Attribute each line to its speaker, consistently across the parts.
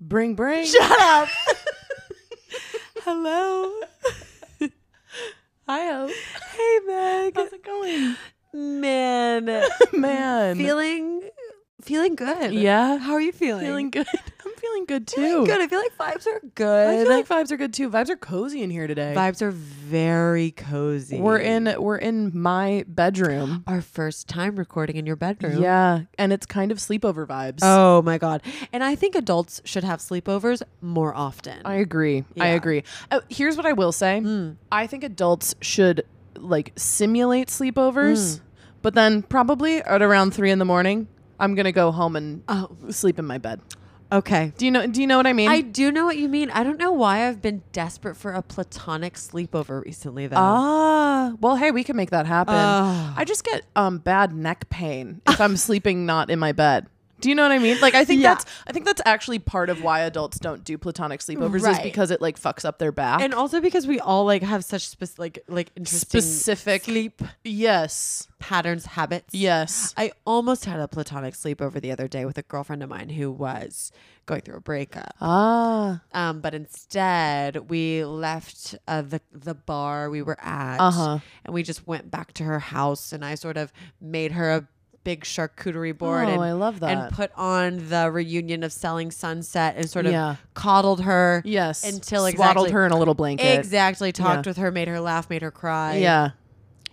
Speaker 1: Bring, bring.
Speaker 2: Shut up.
Speaker 1: Hello.
Speaker 2: Hi, Hope.
Speaker 1: Hey, Meg.
Speaker 2: How's it going?
Speaker 1: Man. Man.
Speaker 2: Feeling feeling good.
Speaker 1: yeah.
Speaker 2: How are you feeling?
Speaker 1: Feeling good. I'm feeling good too.
Speaker 2: Feeling good. I feel like vibes are good.
Speaker 1: I feel like vibes are good too. Vibes are cozy in here today.
Speaker 2: vibes are very cozy.
Speaker 1: We're in we're in my bedroom.
Speaker 2: our first time recording in your bedroom.
Speaker 1: Yeah, and it's kind of sleepover vibes.
Speaker 2: Oh my god. And I think adults should have sleepovers more often.
Speaker 1: I agree. I
Speaker 2: Yeah.
Speaker 1: agree. Uh, here's what I will say. I think adults should like simulate sleepovers, but then probably at around three in the morning, I'm gonna go home and
Speaker 2: oh,
Speaker 1: sleep in my bed.
Speaker 2: okay.
Speaker 1: Do you know? Do you know what I mean?
Speaker 2: I do know what you mean. I don't know why I've been desperate for a platonic sleepover recently though.
Speaker 1: ah, well, hey, we can make that happen.
Speaker 2: Ah.
Speaker 1: I just get um bad neck pain if I'm sleeping not in my bed. Do you know what I mean? Like, I think
Speaker 2: Yeah.
Speaker 1: that's I think that's actually part of why adults don't do platonic sleepovers is
Speaker 2: Right.
Speaker 1: because it like fucks up their back
Speaker 2: and also because we all like have such specific like like interesting
Speaker 1: specific
Speaker 2: sleep
Speaker 1: Yes,
Speaker 2: patterns, habits.
Speaker 1: yes.
Speaker 2: I almost had a platonic sleepover the other day with a girlfriend of mine who was going through a breakup.
Speaker 1: Ah,
Speaker 2: Um, but instead, we left uh, the the bar we were at,
Speaker 1: Uh-huh.
Speaker 2: and we just went back to her house. And I sort of made her a big charcuterie board.
Speaker 1: Oh,
Speaker 2: and,
Speaker 1: I love that.
Speaker 2: And put on the reunion of Selling Sunset, and sort of
Speaker 1: Yeah.
Speaker 2: coddled her.
Speaker 1: yes.
Speaker 2: until
Speaker 1: swaddled
Speaker 2: exactly,
Speaker 1: her in a little blanket.
Speaker 2: Exactly, talked
Speaker 1: Yeah.
Speaker 2: with her, made her laugh, made her cry.
Speaker 1: Yeah.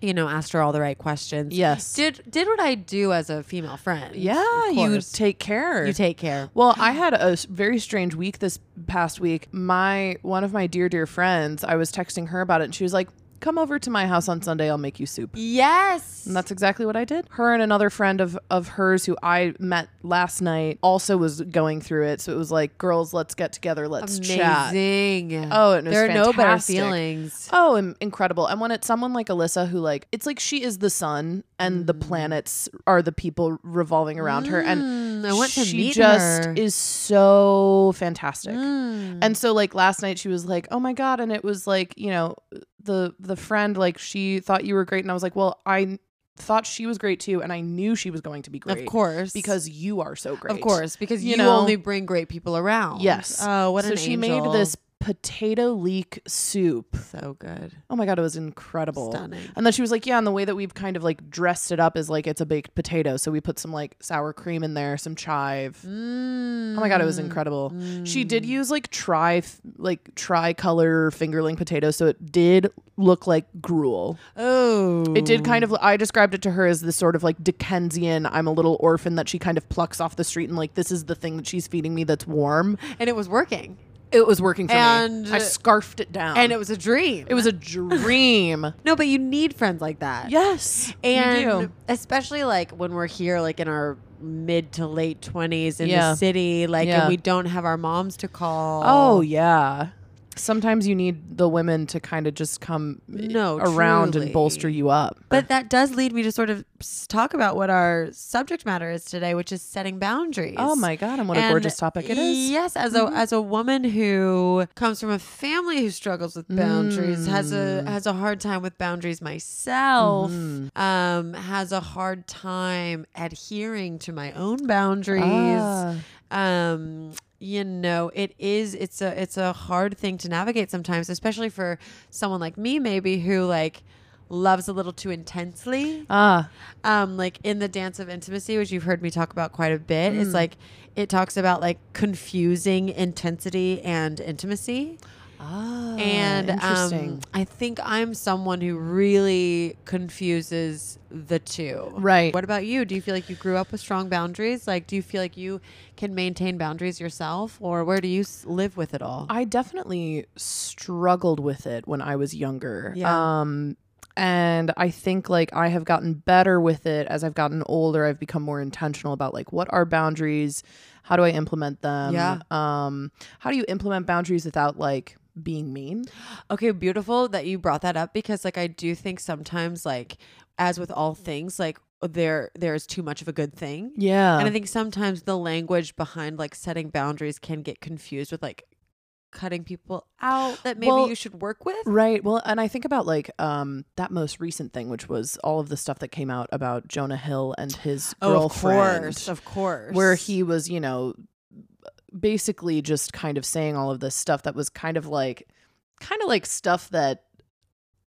Speaker 2: you know, asked her all the right questions.
Speaker 1: Yes.
Speaker 2: did did what I do as a female friend.
Speaker 1: yeah.
Speaker 2: of
Speaker 1: You
Speaker 2: course.
Speaker 1: take care.
Speaker 2: you take care.
Speaker 1: Well, I had a s- very strange week this past week. My one of my dear dear friends, I was texting her about it, and she was like, "Come over to my house on Sunday. I'll make you soup."
Speaker 2: Yes,
Speaker 1: And that's exactly what I did. Her and another friend of of hers who I met last night also was going through it. So it was like, "Girls, let's get together. Let's chat."
Speaker 2: amazing.
Speaker 1: Oh, and it was
Speaker 2: there are no better
Speaker 1: fantastic.
Speaker 2: feelings.
Speaker 1: Oh, im- incredible. And when it's someone like Alyssa who like it's like she is the sun and
Speaker 2: Mm.
Speaker 1: the planets are the people revolving around her and
Speaker 2: Mm, I want to
Speaker 1: she
Speaker 2: meet
Speaker 1: just
Speaker 2: her.
Speaker 1: is so fantastic.
Speaker 2: Mm.
Speaker 1: And so like last night she was like, "Oh my god." And it was like, you know, the the friend like she thought you were great and I was like, "Well, I thought she was great too and I knew she was going to be great."
Speaker 2: Of course,
Speaker 1: Because you are so great.
Speaker 2: of course, because
Speaker 1: You
Speaker 2: you,
Speaker 1: know?
Speaker 2: only bring great people around.
Speaker 1: Yes.
Speaker 2: Oh, what
Speaker 1: so
Speaker 2: an
Speaker 1: she
Speaker 2: angel.
Speaker 1: made this potato leek soup.
Speaker 2: so good,
Speaker 1: Oh my god, it was incredible.
Speaker 2: stunning.
Speaker 1: And then she was like, "Yeah." And the way that we've kind of like dressed it up is like it's a baked potato. So we put some like sour cream in there, some chive.
Speaker 2: Mm.
Speaker 1: Oh my god, it was incredible. She did use like tri like tricolor fingerling potatoes, so it did look like gruel.
Speaker 2: Oh,
Speaker 1: It did kind of. I described it to her as this sort of like Dickensian. I'm a little orphan that she kind of plucks off the street and like this is the thing that she's feeding me that's warm.
Speaker 2: and it was working,
Speaker 1: It was working for
Speaker 2: And-
Speaker 1: me. I scarfed it down,
Speaker 2: and it was a dream.
Speaker 1: it was a dream.
Speaker 2: no, but you need friends like that.
Speaker 1: yes, you do.
Speaker 2: and especially like when we're here like in our mid to late 20s in
Speaker 1: Yeah.
Speaker 2: the city like
Speaker 1: Yeah.
Speaker 2: and we don't have our moms to call
Speaker 1: Oh yeah. Sometimes you need the women to kind of just come Oh,
Speaker 2: No,
Speaker 1: around and
Speaker 2: truly.
Speaker 1: bolster you up.
Speaker 2: but that does lead me to sort of s- talk about what our subject matter is today which is setting boundaries
Speaker 1: oh my god, and what a
Speaker 2: And
Speaker 1: gorgeous topic it is. Mm-hmm.
Speaker 2: Yes, as a as a woman who comes from a family who struggles with boundaries, has
Speaker 1: Mm.
Speaker 2: a has a hard time with boundaries myself,
Speaker 1: Mm-hmm.
Speaker 2: um, has a hard time adhering to my own boundaries.
Speaker 1: Ah.
Speaker 2: Um, you know, it is it's a it's a hard thing to navigate sometimes, especially for someone like me, maybe who like loves a little too intensely
Speaker 1: Ah,
Speaker 2: um, like in the dance of intimacy, which you've heard me talk about quite a bit, it's like it talks about like confusing intensity and intimacy. Oh,
Speaker 1: ah,
Speaker 2: and
Speaker 1: interesting.
Speaker 2: um, I think I'm someone who really confuses the two.
Speaker 1: Right.
Speaker 2: What about you? Do you feel like you grew up with strong boundaries? Like, do you feel like you can maintain boundaries yourself, or where do you s- live with it all?
Speaker 1: I definitely struggled with it when I was younger.
Speaker 2: Yeah.
Speaker 1: Um and I think like I have gotten better with it as I've gotten older. I've become more intentional about like what are boundaries? How do I implement them?
Speaker 2: Yeah.
Speaker 1: Um how do you implement boundaries without like being mean?
Speaker 2: Okay, beautiful that you brought that up because like I do think sometimes like as with all things like there there is too much of a good thing.
Speaker 1: Yeah.
Speaker 2: And I think sometimes the language behind like setting boundaries can get confused with like cutting people out that maybe
Speaker 1: Well,
Speaker 2: you should work with.
Speaker 1: Right. Well, and I think about like um that most recent thing, which was all of the stuff that came out about Jonah Hill and his
Speaker 2: Oh, of
Speaker 1: girlfriend,
Speaker 2: course, of course.
Speaker 1: where he was, you know, basically just kind of saying all of this stuff that was kind of like kind of like stuff that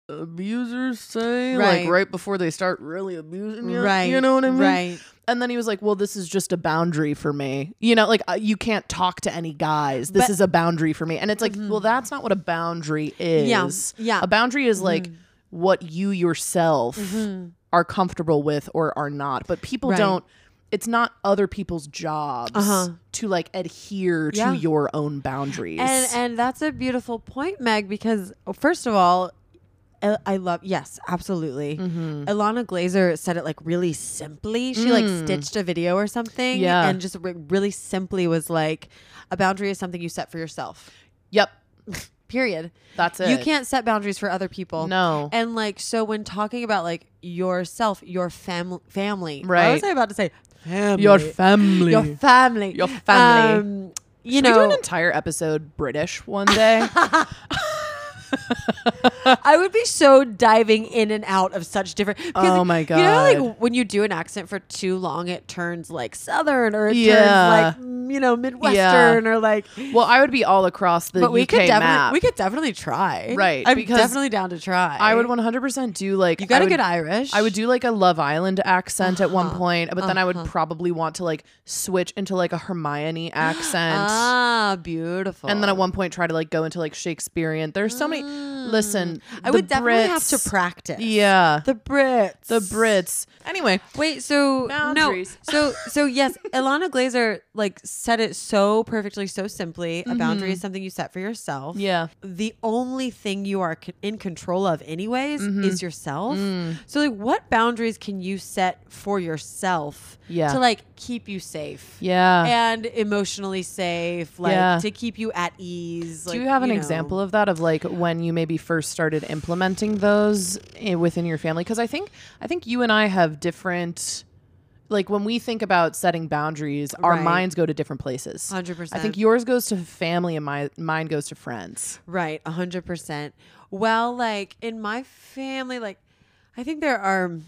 Speaker 1: abusers say
Speaker 2: Right.
Speaker 1: like right before they start really abusing you
Speaker 2: Right.
Speaker 1: you know what i mean
Speaker 2: Right.
Speaker 1: and then he was like well this is just a boundary for me you know like uh, you can't talk to any guys this
Speaker 2: But- Mm-hmm.
Speaker 1: is a boundary for me and it's like well that's not what a boundary is
Speaker 2: Yeah. Mm-hmm.
Speaker 1: a boundary is like what you yourself
Speaker 2: Mhm.
Speaker 1: are comfortable with or are not but people
Speaker 2: Right.
Speaker 1: don't it's not other people's jobs
Speaker 2: Uh-huh.
Speaker 1: to like adhere
Speaker 2: Yeah.
Speaker 1: to your own boundaries
Speaker 2: And and that's a beautiful point, Meg, because oh, first of all, I I love yes, absolutely. Alana Glazer said it like really simply. She like stitched a video or something,
Speaker 1: Yeah.
Speaker 2: and just re- really simply was like, a boundary is something you set for yourself.
Speaker 1: yep
Speaker 2: Period.
Speaker 1: that's it
Speaker 2: You can't set boundaries for other people.
Speaker 1: no
Speaker 2: And like so, when talking about like yourself, your family, family. What was
Speaker 1: Right.
Speaker 2: I about to say? Family.
Speaker 1: your family
Speaker 2: Your family.
Speaker 1: Your family.
Speaker 2: Um, you
Speaker 1: Should we do
Speaker 2: know,
Speaker 1: an entire episode british one day
Speaker 2: I would be so diving in and out of such different. because
Speaker 1: Oh my
Speaker 2: You know, like
Speaker 1: God.
Speaker 2: when you do an accent for too long, it turns like southern, or it
Speaker 1: Yeah.
Speaker 2: turns like mm, you know midwestern, or like.
Speaker 1: Well, I would be all across the
Speaker 2: But we
Speaker 1: UK
Speaker 2: could definitely
Speaker 1: map.
Speaker 2: we could definitely try.
Speaker 1: Right,
Speaker 2: I'm
Speaker 1: because
Speaker 2: definitely down to try.
Speaker 1: I would 100% do like
Speaker 2: You got
Speaker 1: I
Speaker 2: to
Speaker 1: would,
Speaker 2: get Irish.
Speaker 1: I would do like a Love Island accent at
Speaker 2: Uh-huh.
Speaker 1: one point, but then I would probably want to like switch into like a Hermione accent.
Speaker 2: Ah, beautiful.
Speaker 1: and then at one point try to like go into like Shakespearean. There's so many listen,
Speaker 2: Mm. I
Speaker 1: the
Speaker 2: would definitely have
Speaker 1: Brits-
Speaker 2: to practice.
Speaker 1: Yeah.
Speaker 2: The Brits.
Speaker 1: The Brits. Anyway,
Speaker 2: Wait, so
Speaker 1: Boundaries.
Speaker 2: no. So so yes, Ilana Glazer like said it so perfectly, so simply. A boundary is something you set for yourself.
Speaker 1: Mm-hmm. yeah.
Speaker 2: The only thing you are c- in control of anyways
Speaker 1: Mm-hmm.
Speaker 2: is yourself.
Speaker 1: Mm.
Speaker 2: So like what boundaries can you set for yourself
Speaker 1: Yeah.
Speaker 2: to like keep you safe?
Speaker 1: Yeah.
Speaker 2: And emotionally safe, like
Speaker 1: Yeah.
Speaker 2: to keep you at ease.
Speaker 1: Do you have an example of that of like when you maybe first started implementing those i- within your family? Because I think I think you and I have different. Like when we think about setting boundaries, our
Speaker 2: Right.
Speaker 1: minds go to different places.
Speaker 2: 100%.
Speaker 1: I think yours goes to family and my mine goes to friends.
Speaker 2: Right, a hundred percent. Well, like in my family, like I think there are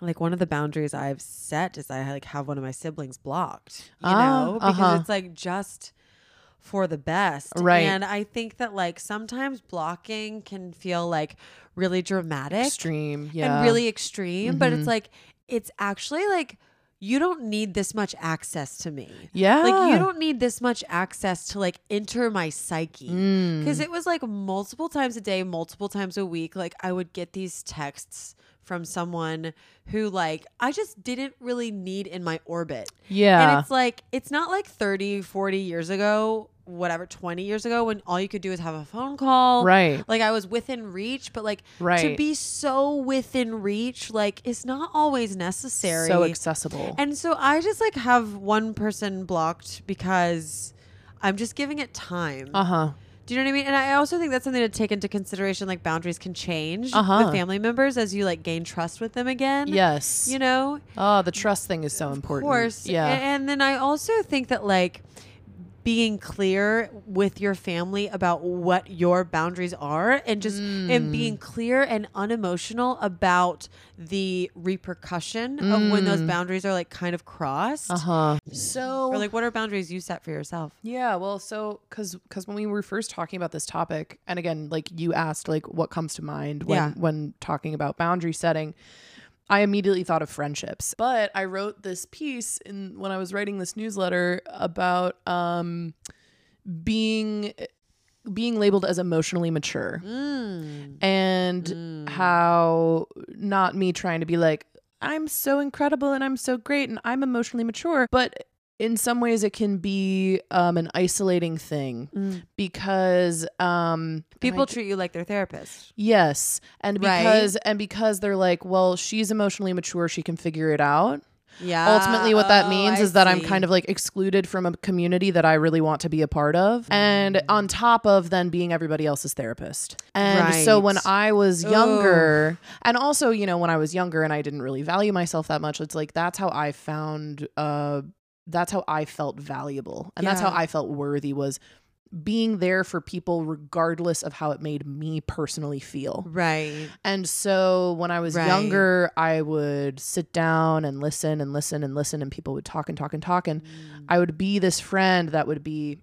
Speaker 2: like one of the boundaries I've set is I like have one of my siblings blocked, you
Speaker 1: Ah,
Speaker 2: know, because
Speaker 1: uh-huh.
Speaker 2: it's like just for the best.
Speaker 1: Right.
Speaker 2: And I think that like sometimes blocking can feel like really dramatic
Speaker 1: Extreme, yeah, Mm-hmm.
Speaker 2: and really extreme, but it's like it's actually like you don't need this much access to me.
Speaker 1: yeah.
Speaker 2: Like you don't need this much access to like enter my psyche.
Speaker 1: Mm.
Speaker 2: Cuz it was like multiple times a day, multiple times a week like I would get these texts from someone who like I just didn't really need in my orbit. And
Speaker 1: yeah,
Speaker 2: it's like it's not like 30, 40 years ago, whatever, 20 years ago when all you could do is have a phone call.
Speaker 1: right,
Speaker 2: Like I was within reach, but like to
Speaker 1: Right.
Speaker 2: be so within reach like it's not always necessary.
Speaker 1: so accessible.
Speaker 2: And so I just like have one person blocked because I'm just giving it time.
Speaker 1: uh huh.
Speaker 2: Do you know what I mean? And I also think that's something to take into consideration. Like boundaries can change
Speaker 1: Uh-huh.
Speaker 2: with family members as you like gain trust with them again.
Speaker 1: Yes.
Speaker 2: You know,
Speaker 1: oh, the trust thing is so
Speaker 2: of
Speaker 1: important.
Speaker 2: course.
Speaker 1: Yeah.
Speaker 2: A- And then I also think that like being clear with your family about what your boundaries are and just and
Speaker 1: Mm.
Speaker 2: being clear and unemotional about the repercussion of when
Speaker 1: Mm.
Speaker 2: those boundaries are like kind of crossed.
Speaker 1: uh huh. So
Speaker 2: Or like, what are boundaries you set for yourself?
Speaker 1: Yeah, well, so because because when we were first talking about this topic, and again, like you asked, like what comes to mind when
Speaker 2: Yeah.
Speaker 1: when talking about boundary setting, I immediately thought of friendships. But I wrote this piece in when I was writing this newsletter about um being being labeled as emotionally mature
Speaker 2: Mm.
Speaker 1: and how not me trying to be like I'm so incredible and I'm so great and I'm emotionally mature, but in some ways it can be um, an isolating thing because um,
Speaker 2: People
Speaker 1: and I-
Speaker 2: treat you like their therapist.
Speaker 1: yes, and
Speaker 2: Right.
Speaker 1: because and because they're like, well, she's emotionally mature, she can figure it out.
Speaker 2: Yeah. Oh,
Speaker 1: Ultimately, what that means is that I'm kind of like excluded from a community that I really want to be a part
Speaker 2: Mm.
Speaker 1: of, and on top of then being everybody else's therapist. And so when
Speaker 2: Right.
Speaker 1: I was younger, and also you know when I was younger and I didn't really value myself that much, it's like that's how I found, uh, that's how I felt valuable, and that's how
Speaker 2: Yeah.
Speaker 1: I felt worthy was being there for people regardless of how it made me personally feel.
Speaker 2: Right.
Speaker 1: And so when I was
Speaker 2: Right.
Speaker 1: younger, I would sit down and listen and listen and listen, and people would talk and talk and talk. And
Speaker 2: Mm.
Speaker 1: I would be this friend that would be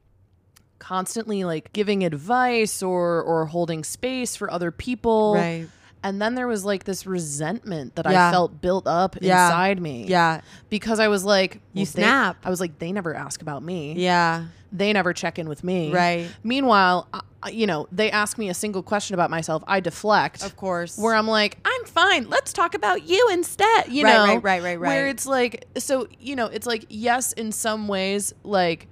Speaker 1: constantly like giving advice or or holding space for other people.
Speaker 2: Right.
Speaker 1: And then there was like this resentment that I
Speaker 2: Yeah.
Speaker 1: felt built up
Speaker 2: Yeah.
Speaker 1: inside me.
Speaker 2: Yeah.
Speaker 1: Because I was like,
Speaker 2: You
Speaker 1: they-
Speaker 2: snap.
Speaker 1: I was like, they never ask about me.
Speaker 2: Yeah.
Speaker 1: They never check in with me.
Speaker 2: Right.
Speaker 1: Meanwhile, I, you know, they ask me a single question about myself. I deflect.
Speaker 2: Of course.
Speaker 1: Where I'm like, I'm fine. Let's talk about you instead. You
Speaker 2: Right,
Speaker 1: know,
Speaker 2: right, right, right,
Speaker 1: Where
Speaker 2: right.
Speaker 1: it's like, so you know, it's like, yes, in some ways, like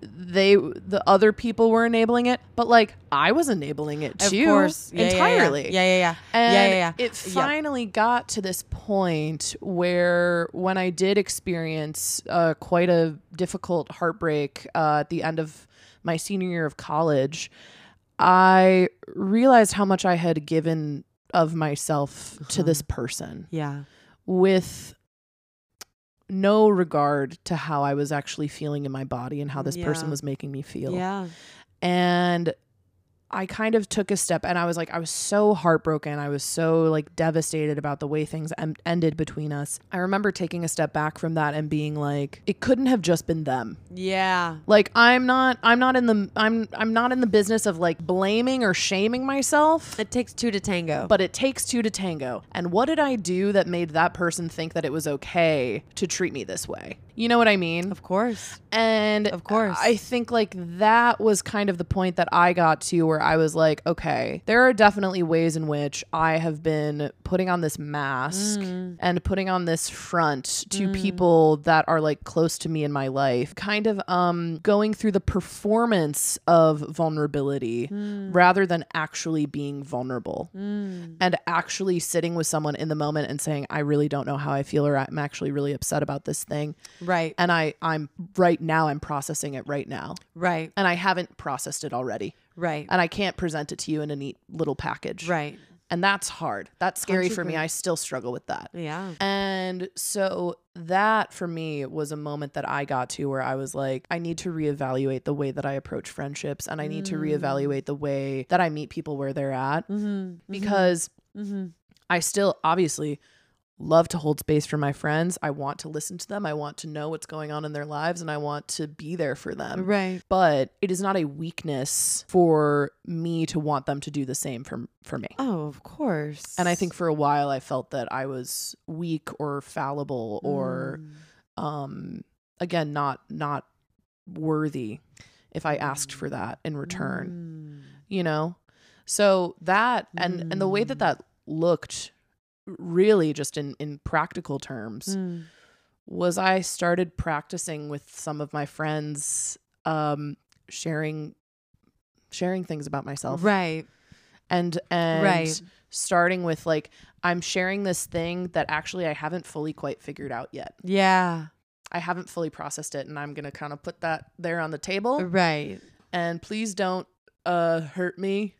Speaker 1: they, the other people were enabling it, but like I was enabling it
Speaker 2: of
Speaker 1: too,
Speaker 2: course. Yeah, yeah, yeah.
Speaker 1: entirely.
Speaker 2: Yeah. Yeah. Yeah.
Speaker 1: And
Speaker 2: yeah. Yeah. Yeah.
Speaker 1: it finally got to this point where, when I did experience uh, quite a difficult heartbreak uh, at the end of my senior year of college, I realized how much I had given of myself to
Speaker 2: Uh-huh.
Speaker 1: this person
Speaker 2: Yeah.
Speaker 1: with no regard to how I was actually feeling in my body and how this person
Speaker 2: Yeah.
Speaker 1: was making me feel
Speaker 2: Yeah.
Speaker 1: and I kind of took a step and I was like I was so heartbroken. I was so like devastated about the way things em- ended between us. I remember taking a step back from that and being like it couldn't have just been them.
Speaker 2: Yeah.
Speaker 1: Like I'm not I'm not in the I'm I'm not in the business of like blaming or shaming myself.
Speaker 2: It takes two to tango.
Speaker 1: But it takes two to tango. And what did I do that made that person think that it was okay to treat me this way? You know what I mean?
Speaker 2: of course.
Speaker 1: And
Speaker 2: Of course.
Speaker 1: I think like that was kind of the point that I got to where I was like, okay, there are definitely ways in which I have been putting on this mask
Speaker 2: Mm.
Speaker 1: and putting on this front to people that are like close to me in my life, kind of um going through the performance of vulnerability
Speaker 2: Mm.
Speaker 1: rather than actually being vulnerable and actually sitting with someone in the moment and saying, I really don't know how I feel or I'm actually really upset about this thing
Speaker 2: Right.
Speaker 1: and I I'm right now I'm processing it right now
Speaker 2: Right.
Speaker 1: and I haven't processed it already
Speaker 2: Right.
Speaker 1: and I can't present it to you in a neat little package.
Speaker 2: Right.
Speaker 1: And that's hard. That's scary for me.
Speaker 2: 100%.
Speaker 1: I still struggle with that.
Speaker 2: Yeah.
Speaker 1: And so that for me was a moment that I got to where I was like, I need to reevaluate the way that I approach friendships and I need to
Speaker 2: Mm.
Speaker 1: reevaluate the way that I meet people where they're at
Speaker 2: Mm-hmm.
Speaker 1: because
Speaker 2: Mm-hmm.
Speaker 1: I still obviously love to hold space for my friends. I want to listen to them. I want to know what's going on in their lives and I want to be there for them.
Speaker 2: Right.
Speaker 1: But it is not a weakness for me to want them to do the same for for me.
Speaker 2: Oh, of course.
Speaker 1: And I think for a while I felt that I was weak or fallible or
Speaker 2: Mm.
Speaker 1: um again not not worthy if I asked for that in return
Speaker 2: Mm.
Speaker 1: you know so that and and the way that that looked really just in in practical terms
Speaker 2: Mm.
Speaker 1: was i started practicing with some of my friends um sharing sharing things about myself
Speaker 2: Right.
Speaker 1: and and
Speaker 2: Right.
Speaker 1: starting with like i'm sharing this thing that actually i haven't fully quite figured out yet
Speaker 2: Yeah.
Speaker 1: i haven't fully processed it and i'm gonna kind of put that there on the table
Speaker 2: Right.
Speaker 1: and please don't uh hurt me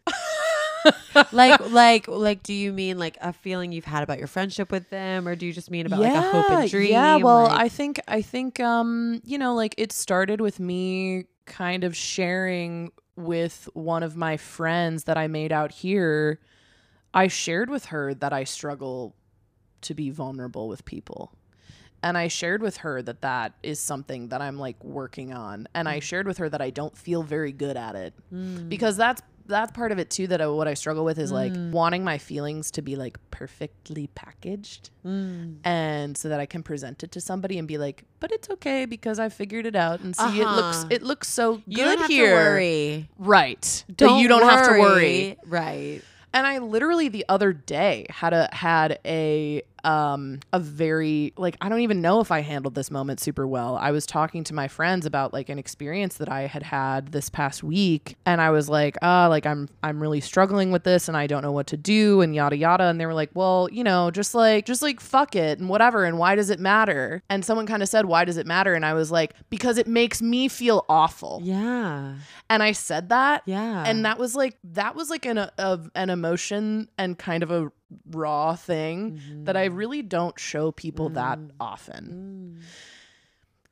Speaker 2: like like like do you mean like a feeling you've had about your friendship with them or do you just mean about like a hope and dream
Speaker 1: Yeah, well,
Speaker 2: like,
Speaker 1: I think I think um, you know, like it started with me kind of sharing with one of my friends that I made out here. I shared with her that I struggle to be vulnerable with people. And I shared with her that that is something that I'm like working on. And I shared with her that I don't feel very good at it
Speaker 2: mm,
Speaker 1: because that's that's part of it too that I, what I struggle with is like wanting my feelings to be like perfectly packaged
Speaker 2: mm.
Speaker 1: and so that I can present it to somebody and be like, "But it's okay because I figured it out." And see, it looks
Speaker 2: Uh-huh.
Speaker 1: it looks so
Speaker 2: you
Speaker 1: good
Speaker 2: don't have
Speaker 1: here,
Speaker 2: to worry
Speaker 1: right? That you don't have to worry.
Speaker 2: right
Speaker 1: And I literally the other day had a had a um a very like I don't even know if I handled this moment super well. I was talking to my friends about like an experience that I had had this past week and I was like, "Ah, like I'm I'm really struggling with this and I don't know what to do and yada yada." And they were like, "Well, you know, just like just like fuck it and whatever and why does it matter?" And someone kind of said, "Why does it matter?" And I was like, "Because it makes me feel awful."
Speaker 2: yeah
Speaker 1: And I said that
Speaker 2: yeah
Speaker 1: and that was like that was like an uh, of an emotion and kind of a raw
Speaker 2: Mm-hmm.
Speaker 1: thing that I really don't show people that often.
Speaker 2: Mm.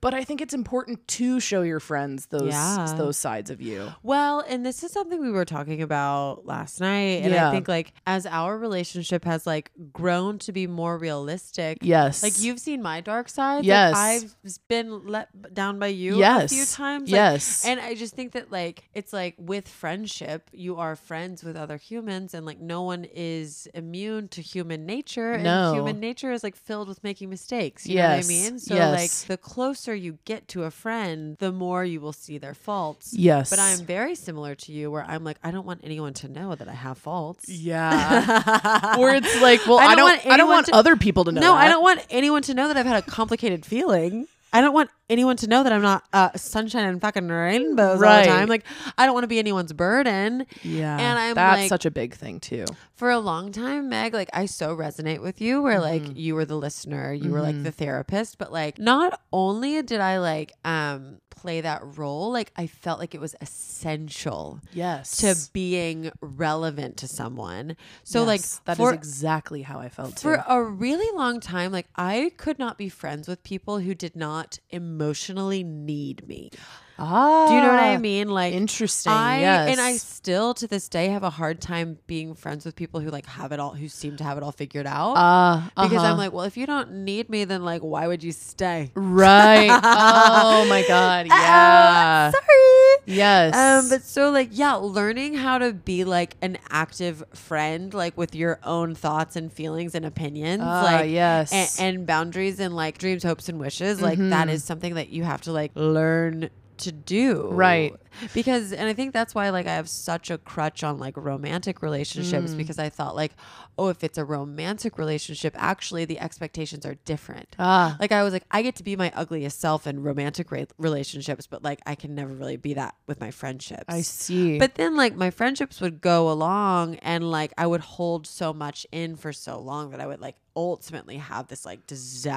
Speaker 1: But I think it's important to show your friends those
Speaker 2: Yeah.
Speaker 1: those sides of you.
Speaker 2: Well, and this is something we were talking about last night. And
Speaker 1: Yeah.
Speaker 2: I think like as our relationship has like grown to be more realistic.
Speaker 1: Yes.
Speaker 2: Like you've seen my dark side. like,
Speaker 1: Yes.
Speaker 2: I've been let down by you a
Speaker 1: Yes.
Speaker 2: few times. like,
Speaker 1: Yes.
Speaker 2: and I just think that like it's like with friendship, you are friends with other humans and like no one is immune to human nature.
Speaker 1: No.
Speaker 2: And human nature is like filled with making mistakes. You know what I
Speaker 1: Yes.
Speaker 2: mean? So
Speaker 1: Yes.
Speaker 2: like the closer you get to a friend, the more you will see their faults.
Speaker 1: yes.
Speaker 2: But I'm very similar to you where I'm like, I don't want anyone to know that I have faults.
Speaker 1: Yeah. or it's like, well,
Speaker 2: I
Speaker 1: I
Speaker 2: don't
Speaker 1: don't,
Speaker 2: want
Speaker 1: I don't
Speaker 2: anyone
Speaker 1: want
Speaker 2: to-
Speaker 1: other people to know.
Speaker 2: no,
Speaker 1: that.
Speaker 2: I don't want anyone to know that I've had a complicated feeling. I don't want anyone to know that I'm not uh, sunshine and fucking rainbows all
Speaker 1: Right.
Speaker 2: the time. Like, I don't want to be anyone's burden.
Speaker 1: Yeah.
Speaker 2: And I'm
Speaker 1: that's
Speaker 2: like-
Speaker 1: such a big thing too.
Speaker 2: For a long time, Meg, like, I so resonate with you where,
Speaker 1: Mm-hmm.
Speaker 2: like, you were the listener, you were, like, the therapist. But, like, not only did I, like, um, play that role, like, I felt like it was essential
Speaker 1: Yes.
Speaker 2: to being relevant to someone. So like
Speaker 1: Yes, that is
Speaker 2: for,
Speaker 1: exactly how I felt
Speaker 2: for
Speaker 1: too.
Speaker 2: a really long time, like I could not be friends with people who did not emotionally need me.
Speaker 1: Ah,
Speaker 2: Do you know what I mean? Like
Speaker 1: Interesting.
Speaker 2: I
Speaker 1: yes.
Speaker 2: and I still to this day have a hard time being friends with people who like have it all who seem to have it all figured out.
Speaker 1: Ah,
Speaker 2: Because
Speaker 1: uh-huh.
Speaker 2: I'm like, well, if you don't need me, then like, why would you stay?
Speaker 1: right. oh my god. Yeah.
Speaker 2: Oh, sorry.
Speaker 1: yes.
Speaker 2: Um, but so like, yeah, learning how to be like an active friend, like with your own thoughts and feelings and opinions,
Speaker 1: Ah,
Speaker 2: like
Speaker 1: yes. Mm-hmm.
Speaker 2: and, and boundaries and like dreams, hopes, and wishes, like that is something that you have to like learn to do,
Speaker 1: Right.
Speaker 2: Because, and I think that's why like I have such a crutch on like romantic relationships
Speaker 1: Mm.
Speaker 2: because I thought like, oh, if it's a romantic relationship, actually the expectations are different.
Speaker 1: ah,
Speaker 2: Like I was like, I get to be my ugliest self in romantic re- relationships, but like I can never really be that with my friendships.
Speaker 1: I see.
Speaker 2: But then like my friendships would go along, and like I would hold so much in for so long that I would like ultimately have this like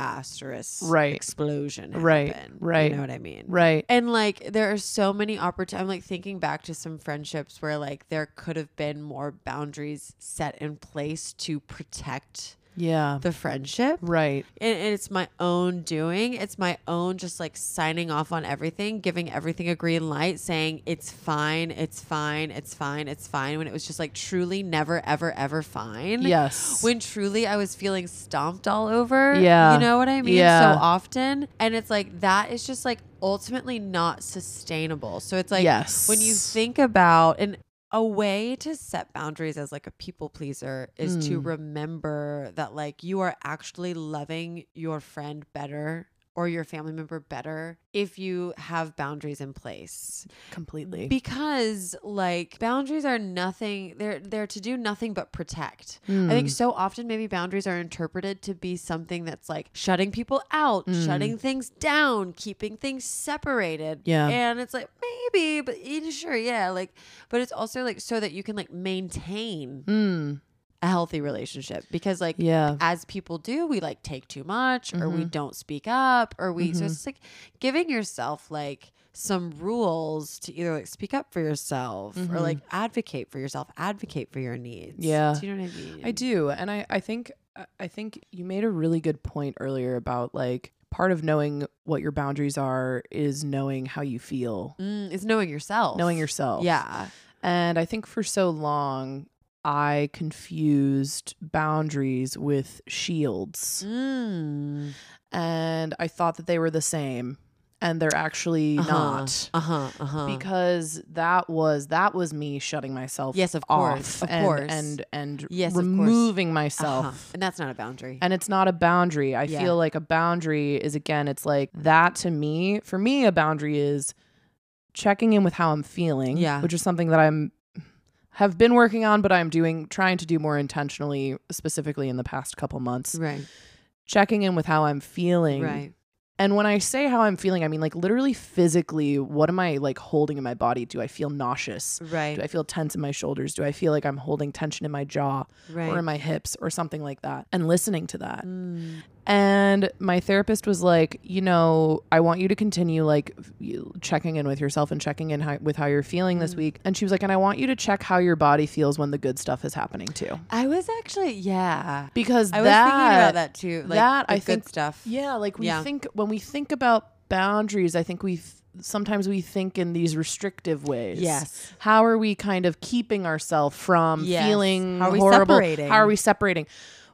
Speaker 2: disastrous
Speaker 1: Right.
Speaker 2: explosion.
Speaker 1: Right.
Speaker 2: happen.
Speaker 1: Right.
Speaker 2: You know what I mean?
Speaker 1: right.
Speaker 2: And like there are so many opportunities. I'm like thinking back to some friendships where like there could have been more boundaries set in place to protect
Speaker 1: Yeah.
Speaker 2: the friendship
Speaker 1: Right.
Speaker 2: and, and it's my own doing. It's my own just like signing off on everything, giving everything a green light, saying it's fine, it's fine, it's fine, it's fine. When it was just like truly never, ever, ever fine.
Speaker 1: Yes.
Speaker 2: When truly I was feeling stomped all over.
Speaker 1: Yeah.
Speaker 2: You know what I mean?
Speaker 1: Yeah.
Speaker 2: So often. And it's like that is just like ultimately not sustainable. So it's like
Speaker 1: yes.
Speaker 2: when you think about and a way to set boundaries as like a people pleaser is to
Speaker 1: Mm.
Speaker 2: remember that like you are actually loving your friend better or your family member better if you have boundaries in place
Speaker 1: completely.
Speaker 2: because like boundaries are nothing they're they're to do nothing but protect
Speaker 1: Mm.
Speaker 2: I think so often maybe boundaries are interpreted to be something that's like shutting people out,
Speaker 1: Mm.
Speaker 2: shutting things down, keeping things separated.
Speaker 1: Yeah.
Speaker 2: And it's like maybe, but yeah, sure, yeah, like but it's also like so that you can like maintain
Speaker 1: Mm.
Speaker 2: a healthy relationship because like
Speaker 1: Yeah.
Speaker 2: as people do, we like take too much or
Speaker 1: Mm-hmm.
Speaker 2: we don't speak up or we so it's just, like giving yourself like some rules to either like speak up for yourself
Speaker 1: Mm-hmm.
Speaker 2: or like advocate for yourself, advocate for your needs.
Speaker 1: Yeah.
Speaker 2: Do you know what I mean?
Speaker 1: I do, and I I think uh, I think you made a really good point earlier about like part of knowing what your boundaries are is knowing how you feel,
Speaker 2: Mm, it's knowing yourself.
Speaker 1: knowing yourself.
Speaker 2: Yeah.
Speaker 1: And I think for so long I confused boundaries with shields,
Speaker 2: Mm.
Speaker 1: and I thought that they were the same, and they're actually not.
Speaker 2: Uh huh. Uh huh.
Speaker 1: Because that was that was me shutting myself
Speaker 2: Yes, of course,
Speaker 1: off
Speaker 2: of
Speaker 1: and,
Speaker 2: course.
Speaker 1: and and
Speaker 2: Yes, of course.
Speaker 1: removing myself
Speaker 2: Uh-huh. And that's not a boundary.
Speaker 1: and it's not a boundary. I
Speaker 2: Yeah.
Speaker 1: feel like a boundary is again, it's like that to me. For me, a boundary is checking in with how I'm feeling,
Speaker 2: Yeah.
Speaker 1: which is something that I'm have been working on, but I'm doing trying to do more intentionally, specifically in the past couple months.
Speaker 2: right.
Speaker 1: Checking in with how I'm feeling,
Speaker 2: Right.
Speaker 1: and when I say how I'm feeling, I mean like literally physically. What am I like holding in my body? Do I feel nauseous? Do I
Speaker 2: Right.
Speaker 1: feel tense in my shoulders? Do I feel like I'm holding tension in my jaw
Speaker 2: Right.
Speaker 1: or in my hips or something like that? And listening to that.
Speaker 2: Mm.
Speaker 1: And my therapist was like, you know, I want you to continue like f- you- checking in with yourself and checking in how, with how you're feeling
Speaker 2: Mm.
Speaker 1: this week. And she was like, and I want you to check how your body feels when the good stuff is happening too.
Speaker 2: I was actually, yeah.
Speaker 1: Because
Speaker 2: I was
Speaker 1: that,
Speaker 2: thinking about that too. Like
Speaker 1: that
Speaker 2: the
Speaker 1: I
Speaker 2: good
Speaker 1: think-
Speaker 2: stuff.
Speaker 1: yeah, like we
Speaker 2: Yeah.
Speaker 1: think when we think about boundaries, I think we th- sometimes we think in these restrictive ways.
Speaker 2: Yes.
Speaker 1: How are we kind of keeping ourselves from
Speaker 2: Yes.
Speaker 1: feeling
Speaker 2: How are we
Speaker 1: horrible?
Speaker 2: separating?
Speaker 1: How are we separating?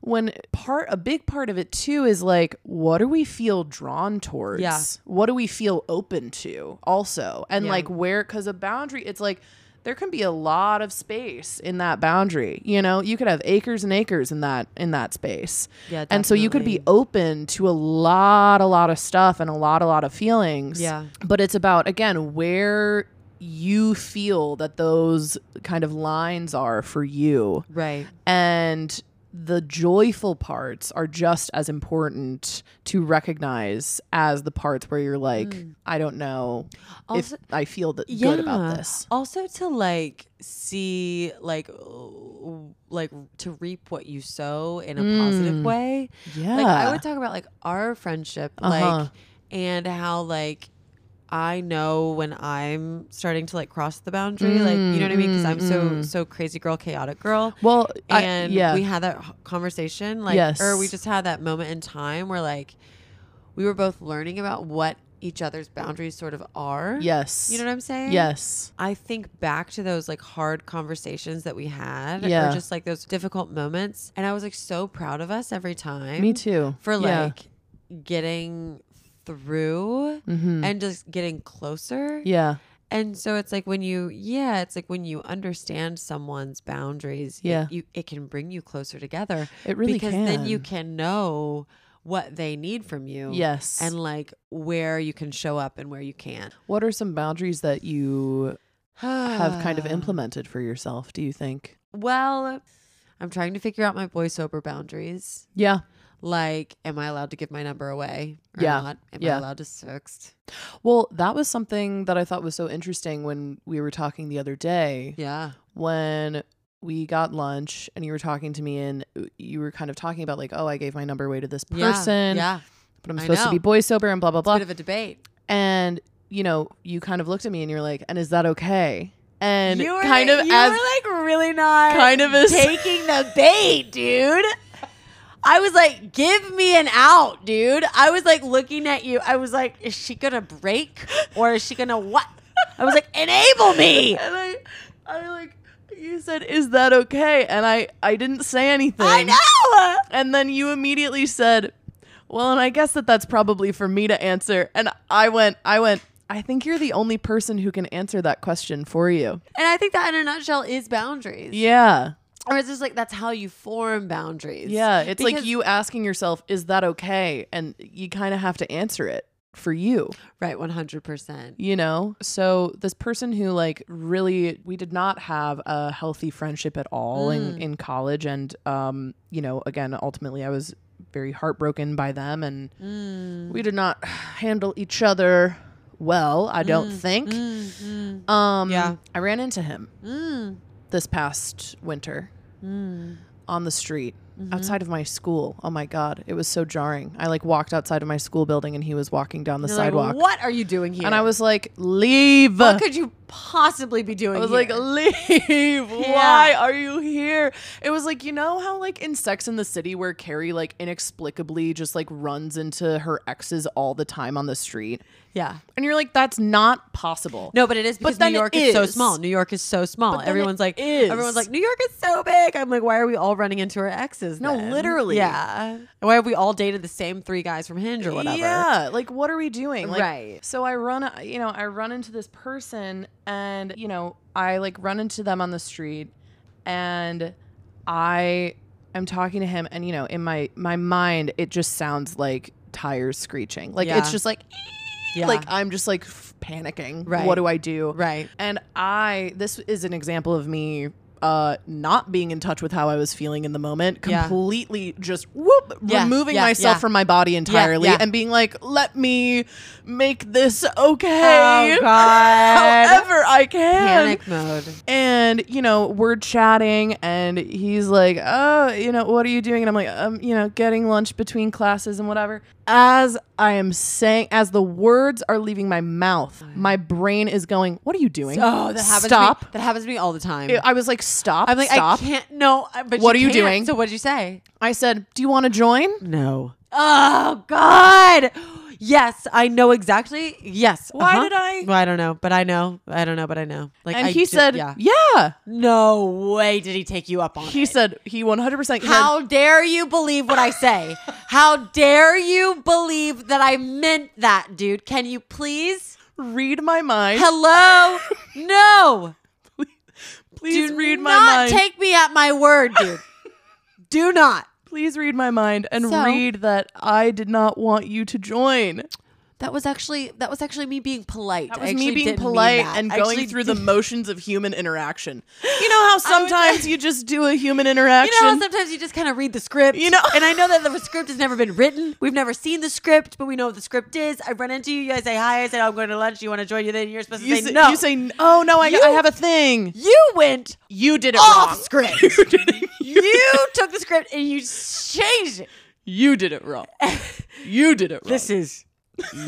Speaker 1: When part a big part of it too is like what do we feel drawn towards?
Speaker 2: Yeah.
Speaker 1: What do we feel open to also? And
Speaker 2: Yeah.
Speaker 1: like where cuz a boundary it's like there can be a lot of space in that boundary. You know, you could have acres and acres in that in that space.
Speaker 2: Yeah,
Speaker 1: And so you could be
Speaker 2: definitely.
Speaker 1: open to a lot, a lot of stuff and a lot, a lot of feelings.
Speaker 2: Yeah.
Speaker 1: But it's about, again, where you feel that those kind of lines are for you.
Speaker 2: Right.
Speaker 1: And the joyful parts are just as important to recognize as the parts where you're like, I don't know
Speaker 2: Mm. Also-
Speaker 1: if I feel that good about
Speaker 2: Yeah.
Speaker 1: this.
Speaker 2: Also to like see like w- like to reap what you sow in a
Speaker 1: Mm.
Speaker 2: positive way.
Speaker 1: Yeah.
Speaker 2: Like I would talk about like our friendship
Speaker 1: Uh-huh.
Speaker 2: like and how like I know when I'm starting to like cross the boundary, like you know what I mean, because I'm so so crazy girl, chaotic girl.
Speaker 1: well, Mm, I-
Speaker 2: and
Speaker 1: yeah.
Speaker 2: we had that h- conversation like
Speaker 1: Yes.
Speaker 2: or we just had that moment in time where like we were both learning about what each other's boundaries sort of are
Speaker 1: yes.
Speaker 2: you know what i'm saying
Speaker 1: Yes.
Speaker 2: i think back to those like hard conversations that we had
Speaker 1: Yeah.
Speaker 2: or just like those difficult moments and i was like so proud of us every time
Speaker 1: Me too.
Speaker 2: for
Speaker 1: Yeah.
Speaker 2: like getting through
Speaker 1: Mhm.
Speaker 2: and just getting closer
Speaker 1: Yeah.
Speaker 2: and so it's like when you, yeah, it's like when you understand someone's boundaries, it-
Speaker 1: Yeah.
Speaker 2: you, it can bring you closer together.
Speaker 1: It really
Speaker 2: because
Speaker 1: can.
Speaker 2: then you can know what they need from you.
Speaker 1: Yes.
Speaker 2: And like where you can show up and where you can't.
Speaker 1: What are some boundaries that you have kind
Speaker 2: Uh.
Speaker 1: of implemented for yourself, do you think?
Speaker 2: Well, I'm trying to figure out my voiceover boundaries.
Speaker 1: Yeah.
Speaker 2: Like, am I allowed to give my number away or
Speaker 1: Yeah.
Speaker 2: not? Am
Speaker 1: Yeah.
Speaker 2: I allowed to text?
Speaker 1: Well, that was something that I thought was so interesting when we were talking the other day
Speaker 2: Yeah.
Speaker 1: when we got lunch and you were talking to me and you were kind of talking about like, oh, I gave my number away to this
Speaker 2: Yeah.
Speaker 1: person,
Speaker 2: Yeah.
Speaker 1: but I'm
Speaker 2: I
Speaker 1: supposed to
Speaker 2: know.
Speaker 1: be boy sober and blah blah blah.
Speaker 2: Bit of a debate.
Speaker 1: and you know, you kind of looked at me and you're like, and is that okay? And
Speaker 2: you were,
Speaker 1: kind of
Speaker 2: you
Speaker 1: as
Speaker 2: were like really not
Speaker 1: kind of as-
Speaker 2: taking the bait, dude. I was like, give me an out, dude. I was like looking at you. I was like, is she gonna break or is she gonna what? I was like, enable me.
Speaker 1: and I, I like you said, is that okay? And I, I didn't say anything.
Speaker 2: I know.
Speaker 1: And then you immediately said, "Well, and I guess that that's probably for me to answer." And I went, I went, I think you're the only person who can answer that question for you.
Speaker 2: And I think that in a nutshell is boundaries.
Speaker 1: Yeah.
Speaker 2: Or it's just like that's how you form boundaries.
Speaker 1: Yeah, it's like
Speaker 2: Because-
Speaker 1: you asking yourself, "Is that okay?" and you kind of have to answer it for you,
Speaker 2: Right, one hundred percent.
Speaker 1: you know? So, this person who like really we did not have a healthy friendship at all in in college and um, you know, again, ultimately I was very heartbroken by them and we did not handle each other well i don't think um
Speaker 2: Yeah.
Speaker 1: i ran into him
Speaker 2: Mm,
Speaker 1: this past winter on the street outside of my school oh my god it was so jarring i like walked outside of my school building and he was walking down the sidewalk
Speaker 2: what are you doing here?
Speaker 1: and i was like leave
Speaker 2: what could you possibly be doing?
Speaker 1: I was
Speaker 2: here?
Speaker 1: like, leave. Why are you here? It was like, you know how like in Sex in the City where Carrie like inexplicably just like runs into her exes all the time on the street?
Speaker 2: yeah.
Speaker 1: And you're like, that's not possible.
Speaker 2: No, but it is because
Speaker 1: then
Speaker 2: New
Speaker 1: it
Speaker 2: York is. so
Speaker 1: is.
Speaker 2: small. New York is so small.
Speaker 1: then
Speaker 2: Everyone's
Speaker 1: it
Speaker 2: like,
Speaker 1: is.
Speaker 2: everyone's like, New York is so big. I'm like, why are we all running into our exes?
Speaker 1: No,
Speaker 2: then?
Speaker 1: literally.
Speaker 2: Yeah. Why have we all dated the same three guys from Hinge or whatever?
Speaker 1: Yeah, like what are we doing? Like,
Speaker 2: Right.
Speaker 1: So I run, you know, I run into this person, and you know, I like run into them on the street, and I am talking to him, and you know, in my my mind, it just sounds like tires screeching, like
Speaker 2: Yeah.
Speaker 1: it's just like,
Speaker 2: Yeah.
Speaker 1: like I'm just like f- panicking.
Speaker 2: Right.
Speaker 1: What do I do?
Speaker 2: right.
Speaker 1: And I, this is an example of me uh not being in touch with how I was feeling in the moment,
Speaker 2: Yeah.
Speaker 1: completely just whoop
Speaker 2: Yeah,
Speaker 1: removing
Speaker 2: yeah,
Speaker 1: myself
Speaker 2: yeah.
Speaker 1: from my body entirely
Speaker 2: yeah.
Speaker 1: and being like, let me make this okay.
Speaker 2: Oh God.
Speaker 1: However I can.
Speaker 2: Panic mode.
Speaker 1: And, you know, we're chatting and he's like, Oh, you know, what are you doing? And I'm like, um, you know, getting lunch between classes and whatever. As I am saying as the words are leaving my mouth, my brain is going, What are you doing?
Speaker 2: Oh, that happens.
Speaker 1: Stop.
Speaker 2: To me. That happens to me all the time.
Speaker 1: I was like, stop.
Speaker 2: I'm like,
Speaker 1: stop.
Speaker 2: I can't. No, I- but
Speaker 1: What are you
Speaker 2: can't.
Speaker 1: doing?
Speaker 2: So what did you say?
Speaker 1: I said, do you want to join?
Speaker 2: No. Oh God. Yes, I know exactly. Yes.
Speaker 1: Why
Speaker 2: uh-huh.
Speaker 1: did I-
Speaker 2: Well, I don't know, but I know. I don't know, but I know. Like,
Speaker 1: and
Speaker 2: I
Speaker 1: he
Speaker 2: ju-
Speaker 1: said,
Speaker 2: "Yeah."
Speaker 1: yeah.
Speaker 2: No way did he take you up on
Speaker 1: He
Speaker 2: it.
Speaker 1: said he 100% had-
Speaker 2: How dare you believe what I say? How dare you believe that I meant that, dude? Can you please?
Speaker 1: read my mind.
Speaker 2: Hello? No.
Speaker 1: Please
Speaker 2: Do
Speaker 1: read my
Speaker 2: not
Speaker 1: mind.
Speaker 2: take me at my word, dude. Do not.
Speaker 1: Please read my mind and
Speaker 2: So-
Speaker 1: read that I did not want you to join.
Speaker 2: That was actually that was actually me being polite.
Speaker 1: That
Speaker 2: I
Speaker 1: was
Speaker 2: actually
Speaker 1: me being
Speaker 2: didn't mean
Speaker 1: polite
Speaker 2: that.
Speaker 1: and
Speaker 2: I
Speaker 1: going
Speaker 2: actually
Speaker 1: through the
Speaker 2: didn't-
Speaker 1: motions of human interaction. You know how sometimes you just do a human interaction?
Speaker 2: You know, how sometimes you just kind of read the script.
Speaker 1: You know-
Speaker 2: and I know that the script has never been written. We've never seen the script, but we know what the script is. I run into you. You guys say hi. I said I'm going to lunch. You want to join you? Then you're supposed to
Speaker 1: you,
Speaker 2: say,
Speaker 1: say,
Speaker 2: no.
Speaker 1: you say, oh no, I,
Speaker 2: You-
Speaker 1: I have a thing.
Speaker 2: You went
Speaker 1: You did it
Speaker 2: off
Speaker 1: wrong.
Speaker 2: script.
Speaker 1: You did it,
Speaker 2: you took the script and you changed it.
Speaker 1: you did it wrong. You did it wrong.
Speaker 2: is
Speaker 1: It's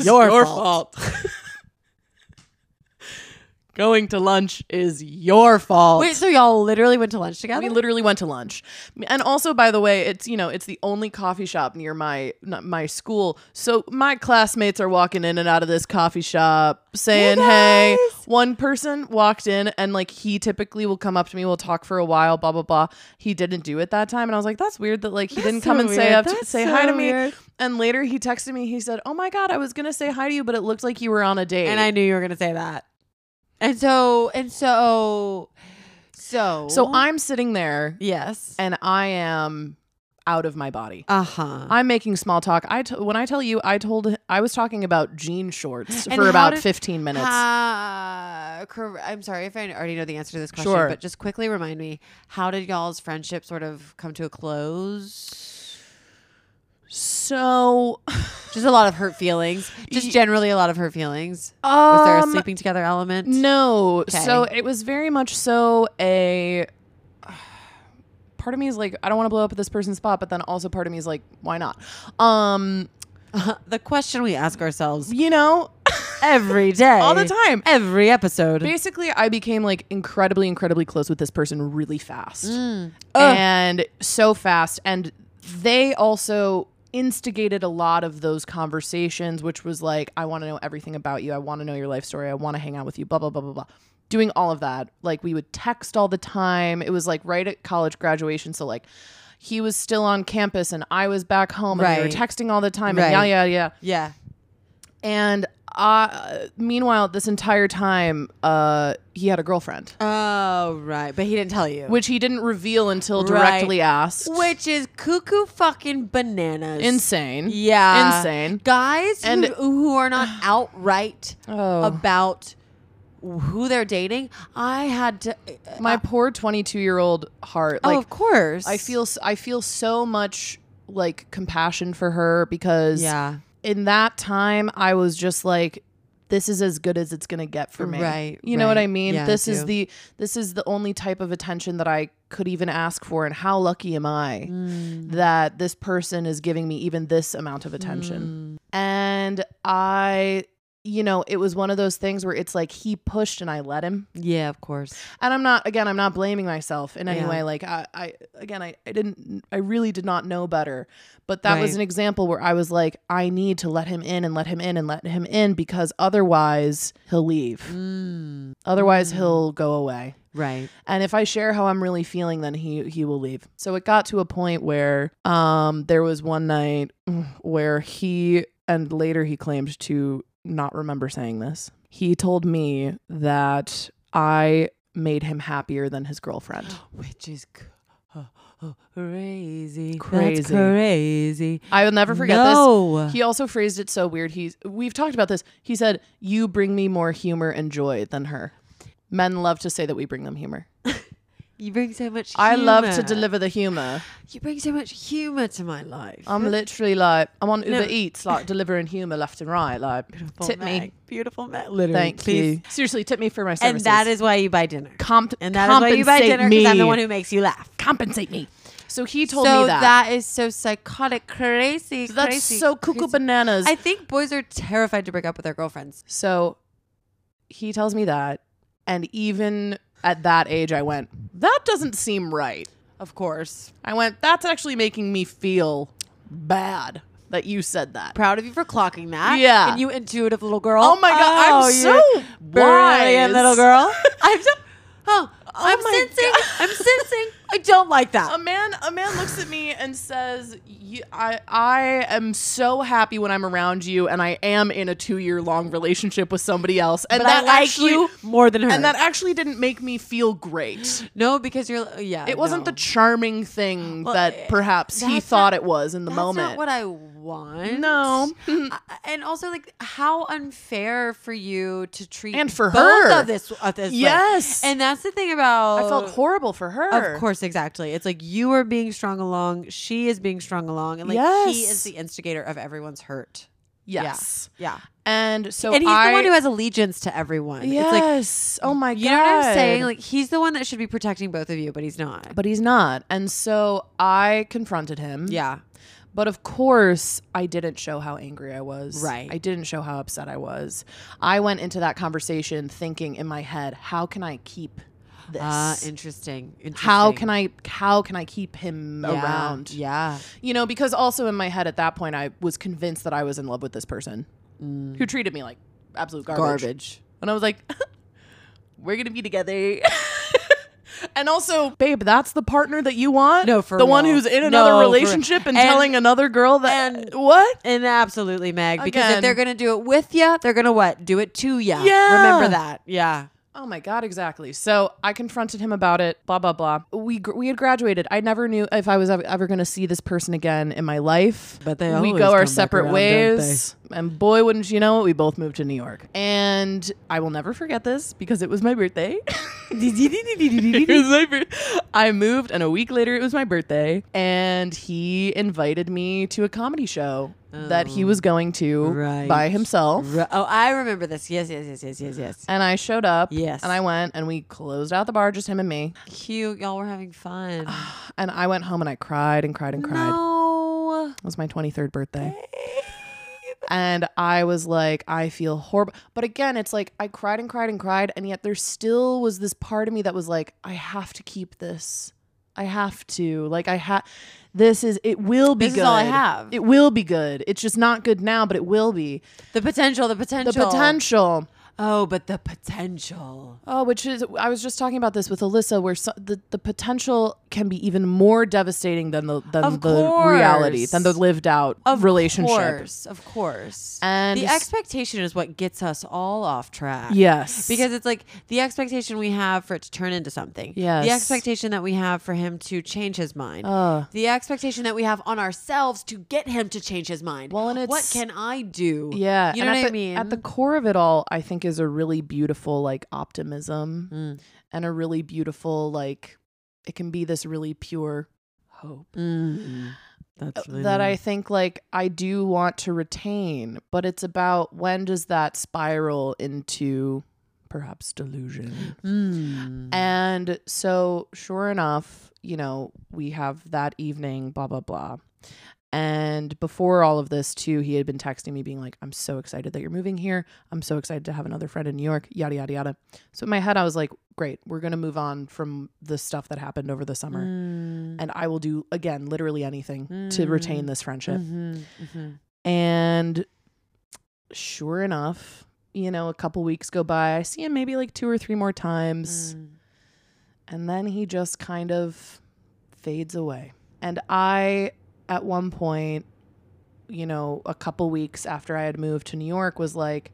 Speaker 2: your
Speaker 1: fault. Going to lunch is your fault.
Speaker 2: wait. So y'all literally went to lunch together.
Speaker 1: we literally went to lunch. And also, by the way, it's you know it's the only coffee shop near my not my school, so my classmates are walking in and out of this coffee shop saying, "Hey."
Speaker 2: guys.
Speaker 1: One person walked in and like he typically will come up to me, we'll talk for a while, blah blah blah. He didn't do it that time, and I was like, "That's weird that like he didn't come
Speaker 2: so
Speaker 1: and say
Speaker 2: weird.
Speaker 1: up to,
Speaker 2: That's
Speaker 1: say hi to
Speaker 2: so
Speaker 1: me."
Speaker 2: weird.
Speaker 1: And later he texted me. He said, "Oh my god, I was gonna say hi to you, but it looked like you were on a date."
Speaker 2: and I knew you were going to say that. And so and so so
Speaker 1: so I'm sitting there
Speaker 2: yes.
Speaker 1: and I am out of my body.
Speaker 2: Uh huh.
Speaker 1: I'm making small talk. I t- when I tell you, I told I was talking about jean shorts
Speaker 2: And
Speaker 1: for
Speaker 2: how
Speaker 1: about
Speaker 2: did-
Speaker 1: 15 minutes.
Speaker 2: Uh, cor- I'm sorry if I already know the answer to this question,
Speaker 1: Sure.
Speaker 2: but just quickly remind me how did y'all's friendship sort of come to a close?
Speaker 1: so,
Speaker 2: Just a lot of hurt feelings. Just
Speaker 1: Ye-
Speaker 2: generally a lot of hurt feelings. Was there a
Speaker 1: um,
Speaker 2: sleeping together element?
Speaker 1: no.
Speaker 2: Okay.
Speaker 1: So it was very much so a. Part of me is like, I don't want to blow up at this person's spot, but then also part of me is like, why not? Um,
Speaker 2: the question we ask ourselves
Speaker 1: you know,
Speaker 2: every day,
Speaker 1: all the time.
Speaker 2: every episode.
Speaker 1: Basically, I became like incredibly, incredibly close with this person really fast.
Speaker 2: Ugh.
Speaker 1: Mm. and so fast. And they also instigated a lot of those conversations, which was like, I want to know everything about you. I want to know your life story. I want to hang out with you, blah, blah, blah, blah, blah. Doing all of that. Like, we would text all the time. It was like right at college graduation. So, like, he was still on campus and I was back home and we were
Speaker 2: Right.
Speaker 1: texting all the time
Speaker 2: Right.
Speaker 1: and yada, yada, yada.
Speaker 2: yeah.
Speaker 1: And uh, meanwhile, this entire time, uh, he had a girlfriend,
Speaker 2: Oh right, but he didn't tell you,
Speaker 1: which he didn't reveal until
Speaker 2: Right.
Speaker 1: directly asked.
Speaker 2: which is cuckoo fucking bananas.
Speaker 1: Insane.
Speaker 2: Yeah.
Speaker 1: Insane.
Speaker 2: Guys
Speaker 1: And-
Speaker 2: who, who are not outright
Speaker 1: Oh.
Speaker 2: about who they're dating. I had to. uh,
Speaker 1: my poor 22 year old heart
Speaker 2: oh,
Speaker 1: like
Speaker 2: of course.
Speaker 1: i feel s- i feel so much like compassion for her because
Speaker 2: Yeah.
Speaker 1: in that time i was just like this is as good as it's going to get for me
Speaker 2: Right,
Speaker 1: you know what
Speaker 2: right.
Speaker 1: i mean
Speaker 2: Yeah, I
Speaker 1: this is
Speaker 2: do.
Speaker 1: the this is the only type of attention that i could even ask for and how lucky am i
Speaker 2: Mm.
Speaker 1: that this person is giving me even this amount of attention
Speaker 2: Mm.
Speaker 1: and i you know it was one of those things where it's like he pushed and i let him
Speaker 2: Yeah, of course.
Speaker 1: and i'm not again i'm not blaming myself in any
Speaker 2: Yeah.
Speaker 1: way like i, I again I, I didn't i really did not know better but that was
Speaker 2: Right.
Speaker 1: an example where i was like i need to let him in and let him in and let him in because otherwise he'll leave
Speaker 2: Mm.
Speaker 1: otherwise he'll go away
Speaker 2: Right.
Speaker 1: and if i share how i'm really feeling then he he will leave so it got to a point where um there was one night where he and later he claimed to not remember saying this he told me that i made him happier than his girlfriend
Speaker 2: Which is c- uh, crazy. That's
Speaker 1: Crazy.
Speaker 2: crazy.
Speaker 1: i will never forget
Speaker 2: no.
Speaker 1: this he also phrased it so weird he's we've talked about this he said you bring me more humor and joy than her men love to say that we bring them humor
Speaker 2: You bring so much. Humor.
Speaker 1: i love to deliver the humor
Speaker 2: You bring so much humor to my life.
Speaker 1: I'm literally like I'm on Uber
Speaker 2: No.
Speaker 1: Eats, like delivering humor left and right. Like
Speaker 2: Beautiful
Speaker 1: tip me,
Speaker 2: Meg. Beautiful Meg. Literally,
Speaker 1: thank
Speaker 2: please.
Speaker 1: you. Seriously, tip me for my
Speaker 2: And
Speaker 1: services.
Speaker 2: that is why you buy dinner.
Speaker 1: Comp-
Speaker 2: And that is why
Speaker 1: compensate
Speaker 2: you buy dinner
Speaker 1: me.
Speaker 2: because I'm the one who makes you laugh.
Speaker 1: compensate me. So he told
Speaker 2: so
Speaker 1: me that.
Speaker 2: that is so psychotic, crazy.
Speaker 1: So That's
Speaker 2: crazy,
Speaker 1: so cuckoo
Speaker 2: crazy.
Speaker 1: bananas.
Speaker 2: I think boys are terrified to break up with their girlfriends.
Speaker 1: so he tells me that, and even at that age, I went, that doesn't seem right.
Speaker 2: Of course.
Speaker 1: I went, that's actually making me feel bad. that you said that.
Speaker 2: Proud of you for clocking that.
Speaker 1: Yeah.
Speaker 2: And you intuitive little girl.
Speaker 1: Oh my god,
Speaker 2: Oh,
Speaker 1: I'm
Speaker 2: you
Speaker 1: so wise.
Speaker 2: brilliant little girl. I'm so. Oh, I'm
Speaker 1: my
Speaker 2: sensing.
Speaker 1: God. Um,
Speaker 2: I'm sensing. I don't like that.
Speaker 1: A man, a man looks at me and says, "You- "I, I am so happy when I'm around you, and I am in a two year long relationship with somebody else, and
Speaker 2: but
Speaker 1: that
Speaker 2: I like
Speaker 1: actually,
Speaker 2: you more than her.
Speaker 1: and that actually didn't make me feel great.
Speaker 2: no, because you're. Yeah.
Speaker 1: It wasn't
Speaker 2: no.
Speaker 1: the charming thing
Speaker 2: Well, eh,
Speaker 1: that perhaps he
Speaker 2: that's
Speaker 1: thought
Speaker 2: not-
Speaker 1: it was in the
Speaker 2: That's
Speaker 1: moment.
Speaker 2: not what I want.
Speaker 1: no,
Speaker 2: I- and also like how unfair for you to treat
Speaker 1: And for
Speaker 2: both
Speaker 1: her.
Speaker 2: of this, of this way.
Speaker 1: Yes.
Speaker 2: and that's the thing about
Speaker 1: I felt horrible for her.
Speaker 2: of course exactly it's like you are being strung along she is being strung along and like he
Speaker 1: Yes.
Speaker 2: is the instigator of everyone's hurt
Speaker 1: yes,
Speaker 2: yeah
Speaker 1: and so
Speaker 2: and he's
Speaker 1: I,
Speaker 2: the one who has allegiance to everyone it's like
Speaker 1: yes, oh my god,
Speaker 2: you know what i'm saying like he's the one that should be protecting both of you but he's not
Speaker 1: but he's not, and so I confronted him.
Speaker 2: yeah
Speaker 1: But of course, I didn't show how angry I was.
Speaker 2: Right.
Speaker 1: I didn't show how upset I was. I went into that conversation thinking in my head, how can I keep this?
Speaker 2: uh, interesting, interesting.
Speaker 1: how can I how can I keep him
Speaker 2: Yeah,
Speaker 1: around?
Speaker 2: yeah
Speaker 1: You know, because also in my head at that point I was convinced that I was in love with this person who treated me like absolute garbage.
Speaker 2: Mm. garbage
Speaker 1: And I was like, we're going to be together. and also, babe, that's the partner that you want?
Speaker 2: No, for
Speaker 1: The one
Speaker 2: real.
Speaker 1: who's in another
Speaker 2: No, for-
Speaker 1: relationship and,
Speaker 2: and-
Speaker 1: telling another girl that
Speaker 2: and-
Speaker 1: what?
Speaker 2: And absolutely, Meg. Because
Speaker 1: Again.
Speaker 2: if they're gonna do it with ya, they're gonna what? Do it to ya.
Speaker 1: Yeah.
Speaker 2: Remember that. Yeah.
Speaker 1: Oh my god, exactly. So I confronted him about it. Blah blah blah. We gr- we had graduated. I never knew if I was ev- ever going to see this person again in my life.
Speaker 2: But they
Speaker 1: we
Speaker 2: always
Speaker 1: go
Speaker 2: come
Speaker 1: our
Speaker 2: back
Speaker 1: separate
Speaker 2: around, don't
Speaker 1: ways. And boy, wouldn't you know it, we both moved to New York. And I will never forget this because it was my birthday. It was my bir- I moved, and a week later, it was my birthday, and he invited me to a comedy show that he was going to
Speaker 2: Oh, right.
Speaker 1: by himself.
Speaker 2: Ru- oh, I remember this. Yes, yes, yes, yes, yes, yes.
Speaker 1: And I showed up.
Speaker 2: Yes.
Speaker 1: And I went and we closed out the bar, just him and me.
Speaker 2: Cute. Y'all were having fun.
Speaker 1: And I went home and I cried and cried and cried.
Speaker 2: no.
Speaker 1: It was my 23rd birthday. And I was like, I feel horrible. But again, it's like I cried and cried and cried. And yet there still was this part of me that was like, I have to keep this. I have to. Like, I have. This is, it will be
Speaker 2: This
Speaker 1: good.
Speaker 2: is all I have.
Speaker 1: It will be good. It's just not good now, but it will be.
Speaker 2: The potential. The potential.
Speaker 1: The potential.
Speaker 2: Oh, but the potential.
Speaker 1: Oh, which is I was just talking about this with Alyssa, where so, the the potential can be even more devastating than the than
Speaker 2: Of
Speaker 1: the
Speaker 2: course.
Speaker 1: reality than the lived out
Speaker 2: Of
Speaker 1: relationship.
Speaker 2: course, of course.
Speaker 1: And-
Speaker 2: the expectation is what gets us all off track.
Speaker 1: Yes,
Speaker 2: because it's like the expectation we have for it to turn into something.
Speaker 1: Yes.
Speaker 2: The expectation that we have for him to change his mind.
Speaker 1: Ugh.
Speaker 2: the expectation that we have on ourselves to get him to change his mind.
Speaker 1: Well, and
Speaker 2: what
Speaker 1: it's-
Speaker 2: can I do?
Speaker 1: yeah,
Speaker 2: you
Speaker 1: and at
Speaker 2: know what I
Speaker 1: the-
Speaker 2: mean.
Speaker 1: At the core of it all, I think is a really beautiful like optimism
Speaker 2: Mm.
Speaker 1: and a really beautiful like it can be this really pure hope.
Speaker 2: Mm. That's really
Speaker 1: that I
Speaker 2: nice.
Speaker 1: think like I do want to retain, but it's about when does that spiral into perhaps delusion.
Speaker 2: Mm.
Speaker 1: And so, sure enough, you know, we have that evening, blah, blah, blah. And before all of this, too, he had been texting me, being like, I'm so excited that you're moving here. I'm so excited to have another friend in New York, yada, yada, yada. So, in my head, I was like, great, we're going to move on from the stuff that happened over the summer.
Speaker 2: Mm.
Speaker 1: And I will do, again, literally anything to retain this friendship.
Speaker 2: Mhm, mhm.
Speaker 1: And sure enough, you know, a couple weeks go by. I see him maybe like two or three more times.
Speaker 2: Mm.
Speaker 1: And then he just kind of fades away. And I, at one point, you know, a couple weeks after I had moved to New York, was like,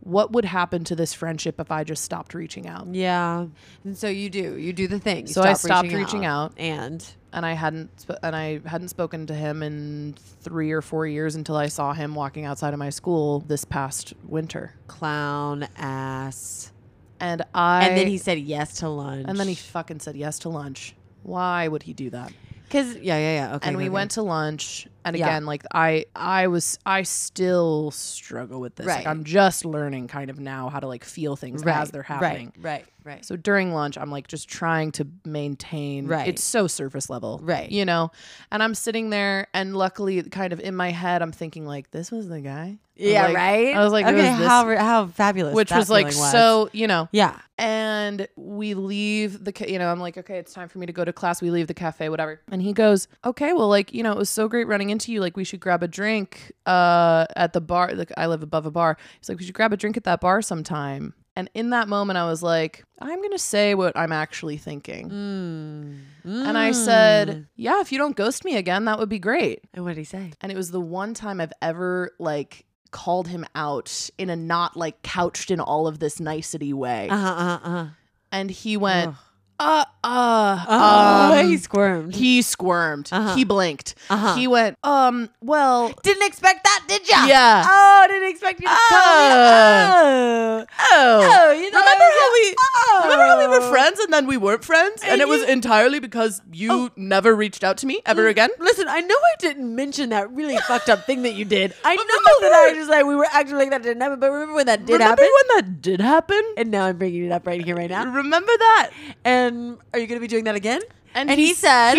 Speaker 1: what would happen to this friendship if I just stopped reaching out?
Speaker 2: Yeah, and so you do. You do the thing. You
Speaker 1: So I
Speaker 2: stop
Speaker 1: stopped reaching out.
Speaker 2: and
Speaker 1: And I hadn't sp- and I hadn't spoken to him in 3 or 4 years until I saw him walking outside of my school this past winter.
Speaker 2: clown ass.
Speaker 1: And I
Speaker 2: and then he said yes to lunch.
Speaker 1: and then he fucking said yes to lunch. Why would he do that?
Speaker 2: because yeah, yeah, yeah. Okay,
Speaker 1: and we
Speaker 2: okay.
Speaker 1: went to lunch and
Speaker 2: Yeah.
Speaker 1: again like i i was i still struggle with this like
Speaker 2: Right.
Speaker 1: i'm just learning kind of now how to like feel things
Speaker 2: right,
Speaker 1: as they're happening
Speaker 2: Right, right, right.
Speaker 1: so during lunch i'm like just trying to maintain
Speaker 2: Right.
Speaker 1: it's so surface level
Speaker 2: Right.
Speaker 1: you know and i'm sitting there and luckily kind of in my head i'm thinking like this was the guy I'm
Speaker 2: Yeah,
Speaker 1: like-
Speaker 2: right.
Speaker 1: i was like it
Speaker 2: okay,
Speaker 1: was this-
Speaker 2: how how fabulous,
Speaker 1: which
Speaker 2: that
Speaker 1: was like
Speaker 2: feeling was.
Speaker 1: so you know
Speaker 2: Yeah,
Speaker 1: and we leave the ca- you know i'm like okay it's time for me to go to class we leave the cafe whatever and he goes okay well like you know it was so great running into you like we should grab a drink uh at the bar like I live above a bar. He's like we should grab a drink at that bar sometime. And in that moment I was like I'm going to say what I'm actually thinking. Mm. And I
Speaker 2: Mm.
Speaker 1: said, "Yeah, if you don't ghost me again, that would be great."
Speaker 2: And what did he say?
Speaker 1: And it was the one time I've ever like called him out in a not like couched in all of this nicety way.
Speaker 2: Uh uh uh.
Speaker 1: And he went, "Uh uh,
Speaker 2: Oh,
Speaker 1: um,
Speaker 2: he squirmed.
Speaker 1: he squirmed.
Speaker 2: Uh-huh.
Speaker 1: He blinked.
Speaker 2: Uh-huh.
Speaker 1: He went, um, well,
Speaker 2: didn't expect that, did ya?
Speaker 1: Yeah.
Speaker 2: Oh, didn't expect you to
Speaker 1: Oh.
Speaker 2: come.
Speaker 1: oh.
Speaker 2: you know.
Speaker 1: Remember how we
Speaker 2: Oh.
Speaker 1: remember how we were friends and then we weren't friends? And,
Speaker 2: And
Speaker 1: it was
Speaker 2: you-
Speaker 1: entirely because you
Speaker 2: Oh.
Speaker 1: never reached out to me
Speaker 2: Mm.
Speaker 1: ever again?
Speaker 2: Listen, I know I didn't mention that really fucked up thing that you did. I know
Speaker 1: remember-
Speaker 2: that I just like we were acting like that didn't happen, but remember when that did
Speaker 1: remember
Speaker 2: happen?
Speaker 1: when that did happen?
Speaker 2: and now I'm bringing it up right here, right now.
Speaker 1: Remember that?
Speaker 2: And are you going to be doing that again?
Speaker 1: s- he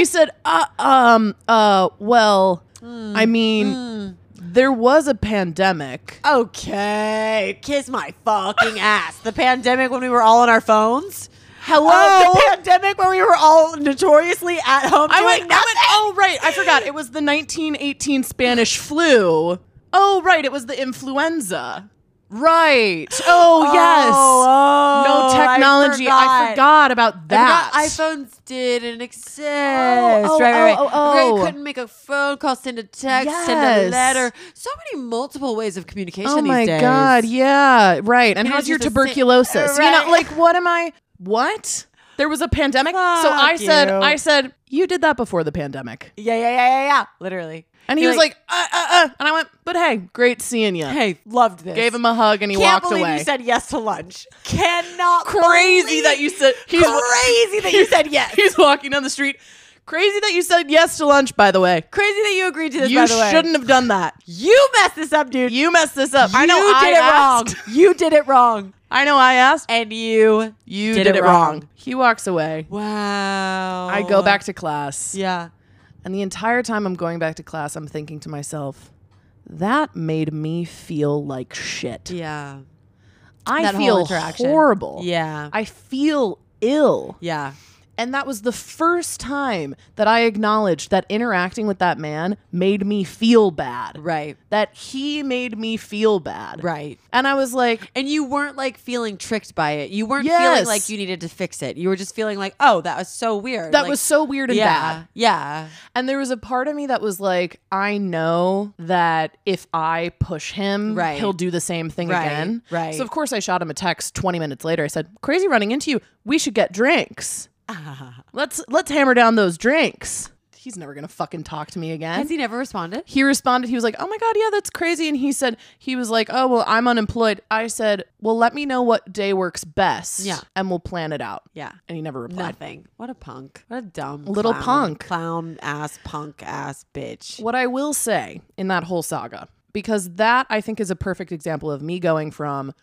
Speaker 1: said, uh, um, uh, well,
Speaker 2: Hmm.
Speaker 1: I mean, there was a pandemic.
Speaker 2: "Okay, kiss my fucking ass." The pandemic when we were all on our phones. Hello,
Speaker 1: Oh.
Speaker 2: the pandemic when we were all notoriously at home.
Speaker 1: I
Speaker 2: doing
Speaker 1: went, I went, oh, right. I forgot. It was the 1918 Spanish flu. Oh, right. It was the influenza. Right. Oh, yes.
Speaker 2: Oh,
Speaker 1: no
Speaker 2: oh,
Speaker 1: technology. I forgot, about that.
Speaker 2: I forgot iPhones didn't exist. right, right, right.
Speaker 1: oh, oh,
Speaker 2: Right, you
Speaker 1: oh.
Speaker 2: couldn't make a phone call, send a text, send a
Speaker 1: Yes.
Speaker 2: letter. So many multiple ways of communication
Speaker 1: oh
Speaker 2: these
Speaker 1: my
Speaker 2: days.
Speaker 1: god. Yeah. Right. And
Speaker 2: Maybe
Speaker 1: how's
Speaker 2: it's
Speaker 1: your
Speaker 2: just a si-
Speaker 1: tuberculosis? You
Speaker 2: Right.
Speaker 1: know, like what am I? What? There was a pandemic. so
Speaker 2: Fuck
Speaker 1: I said,
Speaker 2: you.
Speaker 1: I said, you did that before the pandemic.
Speaker 2: Yeah, yeah, yeah, yeah, yeah. Literally.
Speaker 1: And he
Speaker 2: You're
Speaker 1: was like, uh, uh, uh. And I went, but hey, great seeing you.
Speaker 2: "Hey, loved this."
Speaker 1: Gave him a hug and he
Speaker 2: Can't
Speaker 1: walked
Speaker 2: believe
Speaker 1: away.
Speaker 2: you said yes to lunch. Cannot
Speaker 1: crazy
Speaker 2: believe-
Speaker 1: that you said he's
Speaker 2: crazy that you said yes.
Speaker 1: He's walking down the street. Crazy that you said yes to lunch. By the way,
Speaker 2: Crazy that you agreed to this.
Speaker 1: you
Speaker 2: by the way.
Speaker 1: shouldn't have done that.
Speaker 2: You messed this up, dude.
Speaker 1: You messed this up. I know.
Speaker 2: You
Speaker 1: I
Speaker 2: did
Speaker 1: asked.
Speaker 2: it wrong. You did it wrong,
Speaker 1: I know. I asked.
Speaker 2: and you.
Speaker 1: You
Speaker 2: Did
Speaker 1: did,
Speaker 2: it
Speaker 1: it
Speaker 2: wrong. Oh.
Speaker 1: wrong. He walks away.
Speaker 2: Wow.
Speaker 1: I go back to class.
Speaker 2: Yeah.
Speaker 1: And the entire time I'm going back to class, I'm thinking to myself, that made me feel like shit.
Speaker 2: Yeah.
Speaker 1: I
Speaker 2: That whole
Speaker 1: feel
Speaker 2: interaction.
Speaker 1: horrible.
Speaker 2: Yeah.
Speaker 1: I feel ill.
Speaker 2: Yeah.
Speaker 1: And that was the first time that I acknowledged that interacting with that man made me feel bad.
Speaker 2: Right.
Speaker 1: That he made me feel bad.
Speaker 2: Right.
Speaker 1: And I was like,
Speaker 2: And you weren't like feeling tricked by it. You weren't feeling
Speaker 1: Yes.
Speaker 2: like you needed to fix it. You were just feeling like, oh, that was so weird.
Speaker 1: that
Speaker 2: Like,
Speaker 1: was so weird and
Speaker 2: yeah,
Speaker 1: bad.
Speaker 2: Yeah.
Speaker 1: And there was a part of me that was like, I know that if I push him,
Speaker 2: Right.
Speaker 1: he'll do the same thing
Speaker 2: Right,
Speaker 1: again.
Speaker 2: right.
Speaker 1: So of course I shot him a text 20 minutes later. I said, "Crazy running into you. We should get drinks. Let's let's hammer down those drinks." He's never going to fucking talk to me again.
Speaker 2: Has he never responded?
Speaker 1: He responded, he was like, Oh my God, yeah, that's crazy. And he said, He was like, Oh, well, I'm unemployed. I said, Well, let me know what day works best.
Speaker 2: Yeah.
Speaker 1: And we'll plan it out.
Speaker 2: Yeah.
Speaker 1: And he never replied.
Speaker 2: Nothing. What a punk. What a dumb
Speaker 1: Little
Speaker 2: clown-
Speaker 1: punk.
Speaker 2: Clown ass punk ass bitch.
Speaker 1: What I will say in that whole saga, because that I think is a perfect example of me going from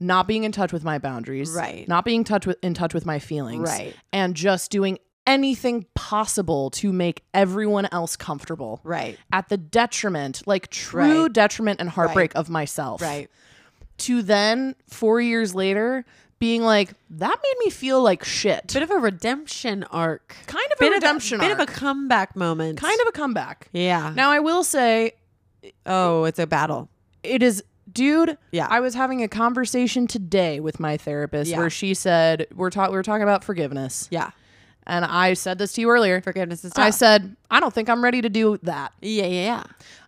Speaker 1: not being in touch with my boundaries,
Speaker 2: Right.
Speaker 1: Not being touch with in touch with my feelings,
Speaker 2: Right.
Speaker 1: And just doing anything possible to make everyone else comfortable,
Speaker 2: Right.
Speaker 1: At the detriment, like true
Speaker 2: Right.
Speaker 1: detriment and heartbreak of myself,
Speaker 2: Right.
Speaker 1: To then four years later being like that made me feel like shit.
Speaker 2: Bit of a redemption arc.
Speaker 1: kind of
Speaker 2: Bit
Speaker 1: a redemption,
Speaker 2: Of a, Bit of a
Speaker 1: arc.
Speaker 2: comeback moment.
Speaker 1: kind of a comeback.
Speaker 2: Yeah.
Speaker 1: Now I will say
Speaker 2: oh, it's a battle.
Speaker 1: it is dude
Speaker 2: Yeah.
Speaker 1: i was having a conversation today with my therapist
Speaker 2: Yeah.
Speaker 1: where she said we're talking we were talking about forgiveness
Speaker 2: Yeah.
Speaker 1: and i said this to you earlier
Speaker 2: Forgiveness is tough.
Speaker 1: i said i don't think i'm ready to do that
Speaker 2: yeah, yeah, yeah.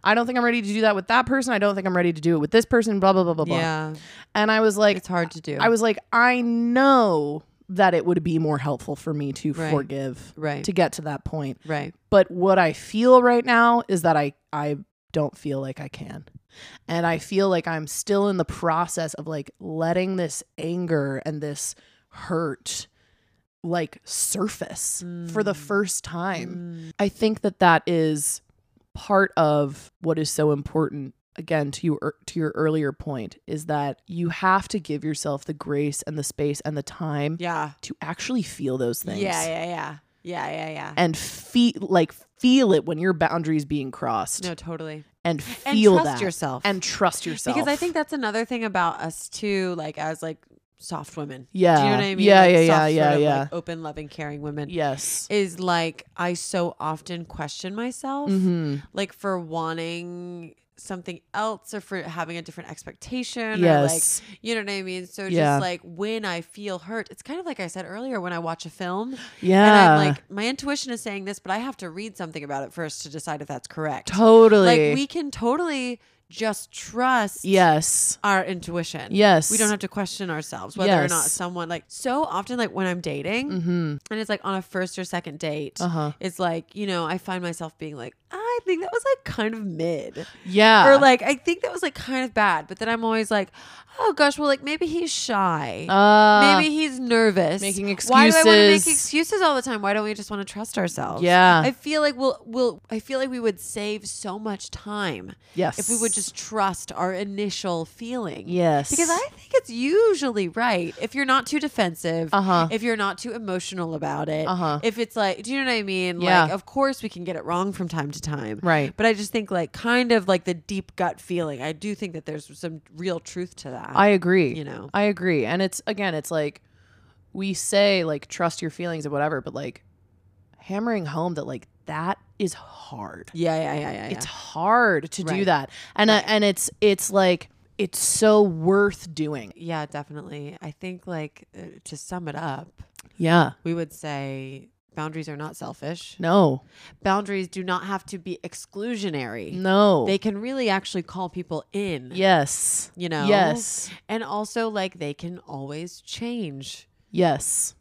Speaker 1: i don't think i'm ready to do that with that person i don't think i'm ready to do it with this person blah blah blah blah blah
Speaker 2: Yeah.
Speaker 1: and i was like
Speaker 2: It's hard to do.
Speaker 1: i was like i know that it would be more helpful for me to
Speaker 2: Right.
Speaker 1: forgive
Speaker 2: Right.
Speaker 1: to get to that point
Speaker 2: Right.
Speaker 1: but what i feel right now is that i i don't feel like i can and i feel like i'm still in the process of like letting this anger and this hurt like surface for
Speaker 2: Mm.
Speaker 1: the first time i think that that is part of what is so important again to your to your earlier point is that you have to give yourself the grace and the space and the time
Speaker 2: Yeah.
Speaker 1: to actually feel those things
Speaker 2: Yeah, yeah, yeah. Yeah, yeah, yeah.
Speaker 1: and feel like feel it when your boundaries being crossed
Speaker 2: no, totally.
Speaker 1: and feel
Speaker 2: and trust
Speaker 1: that
Speaker 2: yourself.
Speaker 1: and trust yourself
Speaker 2: because I think that's another thing about us too, like as like soft women.
Speaker 1: Yeah.
Speaker 2: Do you know what I mean?
Speaker 1: Yeah,
Speaker 2: Like,
Speaker 1: yeah,
Speaker 2: soft,
Speaker 1: yeah,
Speaker 2: sort of,
Speaker 1: yeah,
Speaker 2: like, open, loving, caring women.
Speaker 1: Yes.
Speaker 2: Is like I so often question myself,
Speaker 1: Mm-hmm.
Speaker 2: like for wanting something else or for having a different
Speaker 1: Yes.
Speaker 2: expectation or like you know what I mean? So
Speaker 1: Yeah.
Speaker 2: just like when I feel hurt, it's kind of like I said earlier when I watch a film and
Speaker 1: yeah.
Speaker 2: I'm like, my intuition is saying this, but I have to read something about it first to decide if that's correct.
Speaker 1: totally.
Speaker 2: Like we can totally just trust
Speaker 1: yes.
Speaker 2: our intuition.
Speaker 1: Yes.
Speaker 2: We don't have to question ourselves whether or not
Speaker 1: Yes.
Speaker 2: someone like so often like when I'm dating
Speaker 1: Mm-hmm.
Speaker 2: and it's like on a first or second date,
Speaker 1: Uh huh.
Speaker 2: it's like, you know, I find myself being like, I think that was like kind of mid.
Speaker 1: Yeah.
Speaker 2: Or like I think that was like kind of bad. But then I'm always like, oh gosh, well like maybe he's shy.
Speaker 1: Uh,
Speaker 2: Maybe he's nervous.
Speaker 1: making
Speaker 2: Why do I want to make
Speaker 1: excuses.
Speaker 2: excuses all the time? Why don't we just want to trust ourselves?
Speaker 1: Yeah.
Speaker 2: I feel like we'll we'll I feel like we would save so much time
Speaker 1: yes.
Speaker 2: if we would just trust our initial feeling.
Speaker 1: Yes.
Speaker 2: Because I think it's usually right if you're not too defensive,
Speaker 1: Uh-huh.
Speaker 2: if you're not too emotional about it,
Speaker 1: Uh-huh.
Speaker 2: if it's like, do you know what I mean?
Speaker 1: Yeah.
Speaker 2: Like, of course we can get it wrong from time to time.
Speaker 1: Right.
Speaker 2: But I just think, like, kind of like the deep gut feeling, I do think that there's some real truth to that.
Speaker 1: I agree.
Speaker 2: you know.
Speaker 1: I agree. And it's again, it's like we say like trust your feelings and whatever, but like hammering home that like that is hard.
Speaker 2: yeah, yeah, yeah, yeah. yeah.
Speaker 1: It's hard to do
Speaker 2: Right.
Speaker 1: that. And I, and it's it's like it's so worth doing.
Speaker 2: yeah, definitely. I think, like, uh, to sum it up,
Speaker 1: Yeah.
Speaker 2: we would say boundaries are not selfish.
Speaker 1: No.
Speaker 2: Boundaries do not have to be exclusionary.
Speaker 1: No.
Speaker 2: They can really actually call people in.
Speaker 1: yes.
Speaker 2: You know?
Speaker 1: Yes.
Speaker 2: And also, like, they can always change.
Speaker 1: Yes.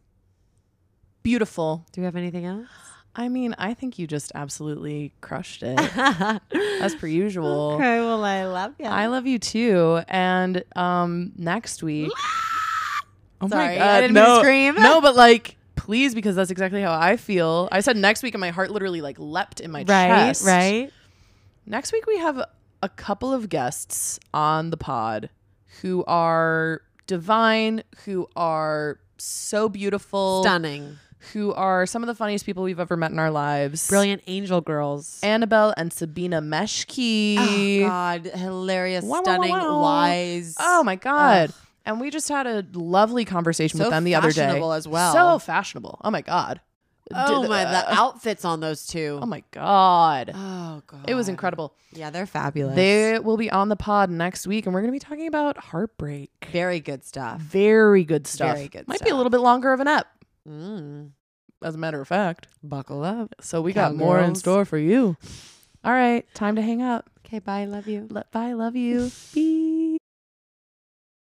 Speaker 1: Beautiful.
Speaker 2: Do we have anything else?
Speaker 1: I mean, I think you just absolutely crushed it
Speaker 2: As
Speaker 1: as per usual.
Speaker 2: well, I love you.
Speaker 1: I love you too. And um, next week. oh
Speaker 2: Sorry, I didn't mean to scream.
Speaker 1: no, but like, please, because that's exactly how I feel. I said next week, and my heart literally like leapt in my chest. Next week we have a couple of guests on the pod who are divine, who are so beautiful,
Speaker 2: Stunning.
Speaker 1: who are some of the funniest people we've ever met in our lives.
Speaker 2: Brilliant angel girls.
Speaker 1: Annabelle and Sabina Meshki.
Speaker 2: oh, God. Hilarious,
Speaker 1: Wow, wow, wow,
Speaker 2: stunning,
Speaker 1: wow.
Speaker 2: wise.
Speaker 1: Oh my god. And we just had a lovely conversation
Speaker 2: So
Speaker 1: with them the other day.
Speaker 2: fashionable as well.
Speaker 1: So fashionable. Oh my god.
Speaker 2: Oh,
Speaker 1: Did-
Speaker 2: my.
Speaker 1: uh,
Speaker 2: The outfits on those two.
Speaker 1: oh my god.
Speaker 2: Oh, God.
Speaker 1: It was incredible.
Speaker 2: Yeah, they're fabulous.
Speaker 1: They will be on the pod next week and we're going to be talking about heartbreak.
Speaker 2: Very good stuff.
Speaker 1: Very good stuff.
Speaker 2: Very good
Speaker 1: Might be a
Speaker 2: stuff.
Speaker 1: little bit longer of an ep,
Speaker 2: Mm.
Speaker 1: as a matter of fact.
Speaker 2: Buckle up.
Speaker 1: So we got more in
Speaker 2: Cowgirls.
Speaker 1: store for you. All right, time to hang up.
Speaker 2: Okay, bye. Love you.
Speaker 1: Let bye, love you. Peace.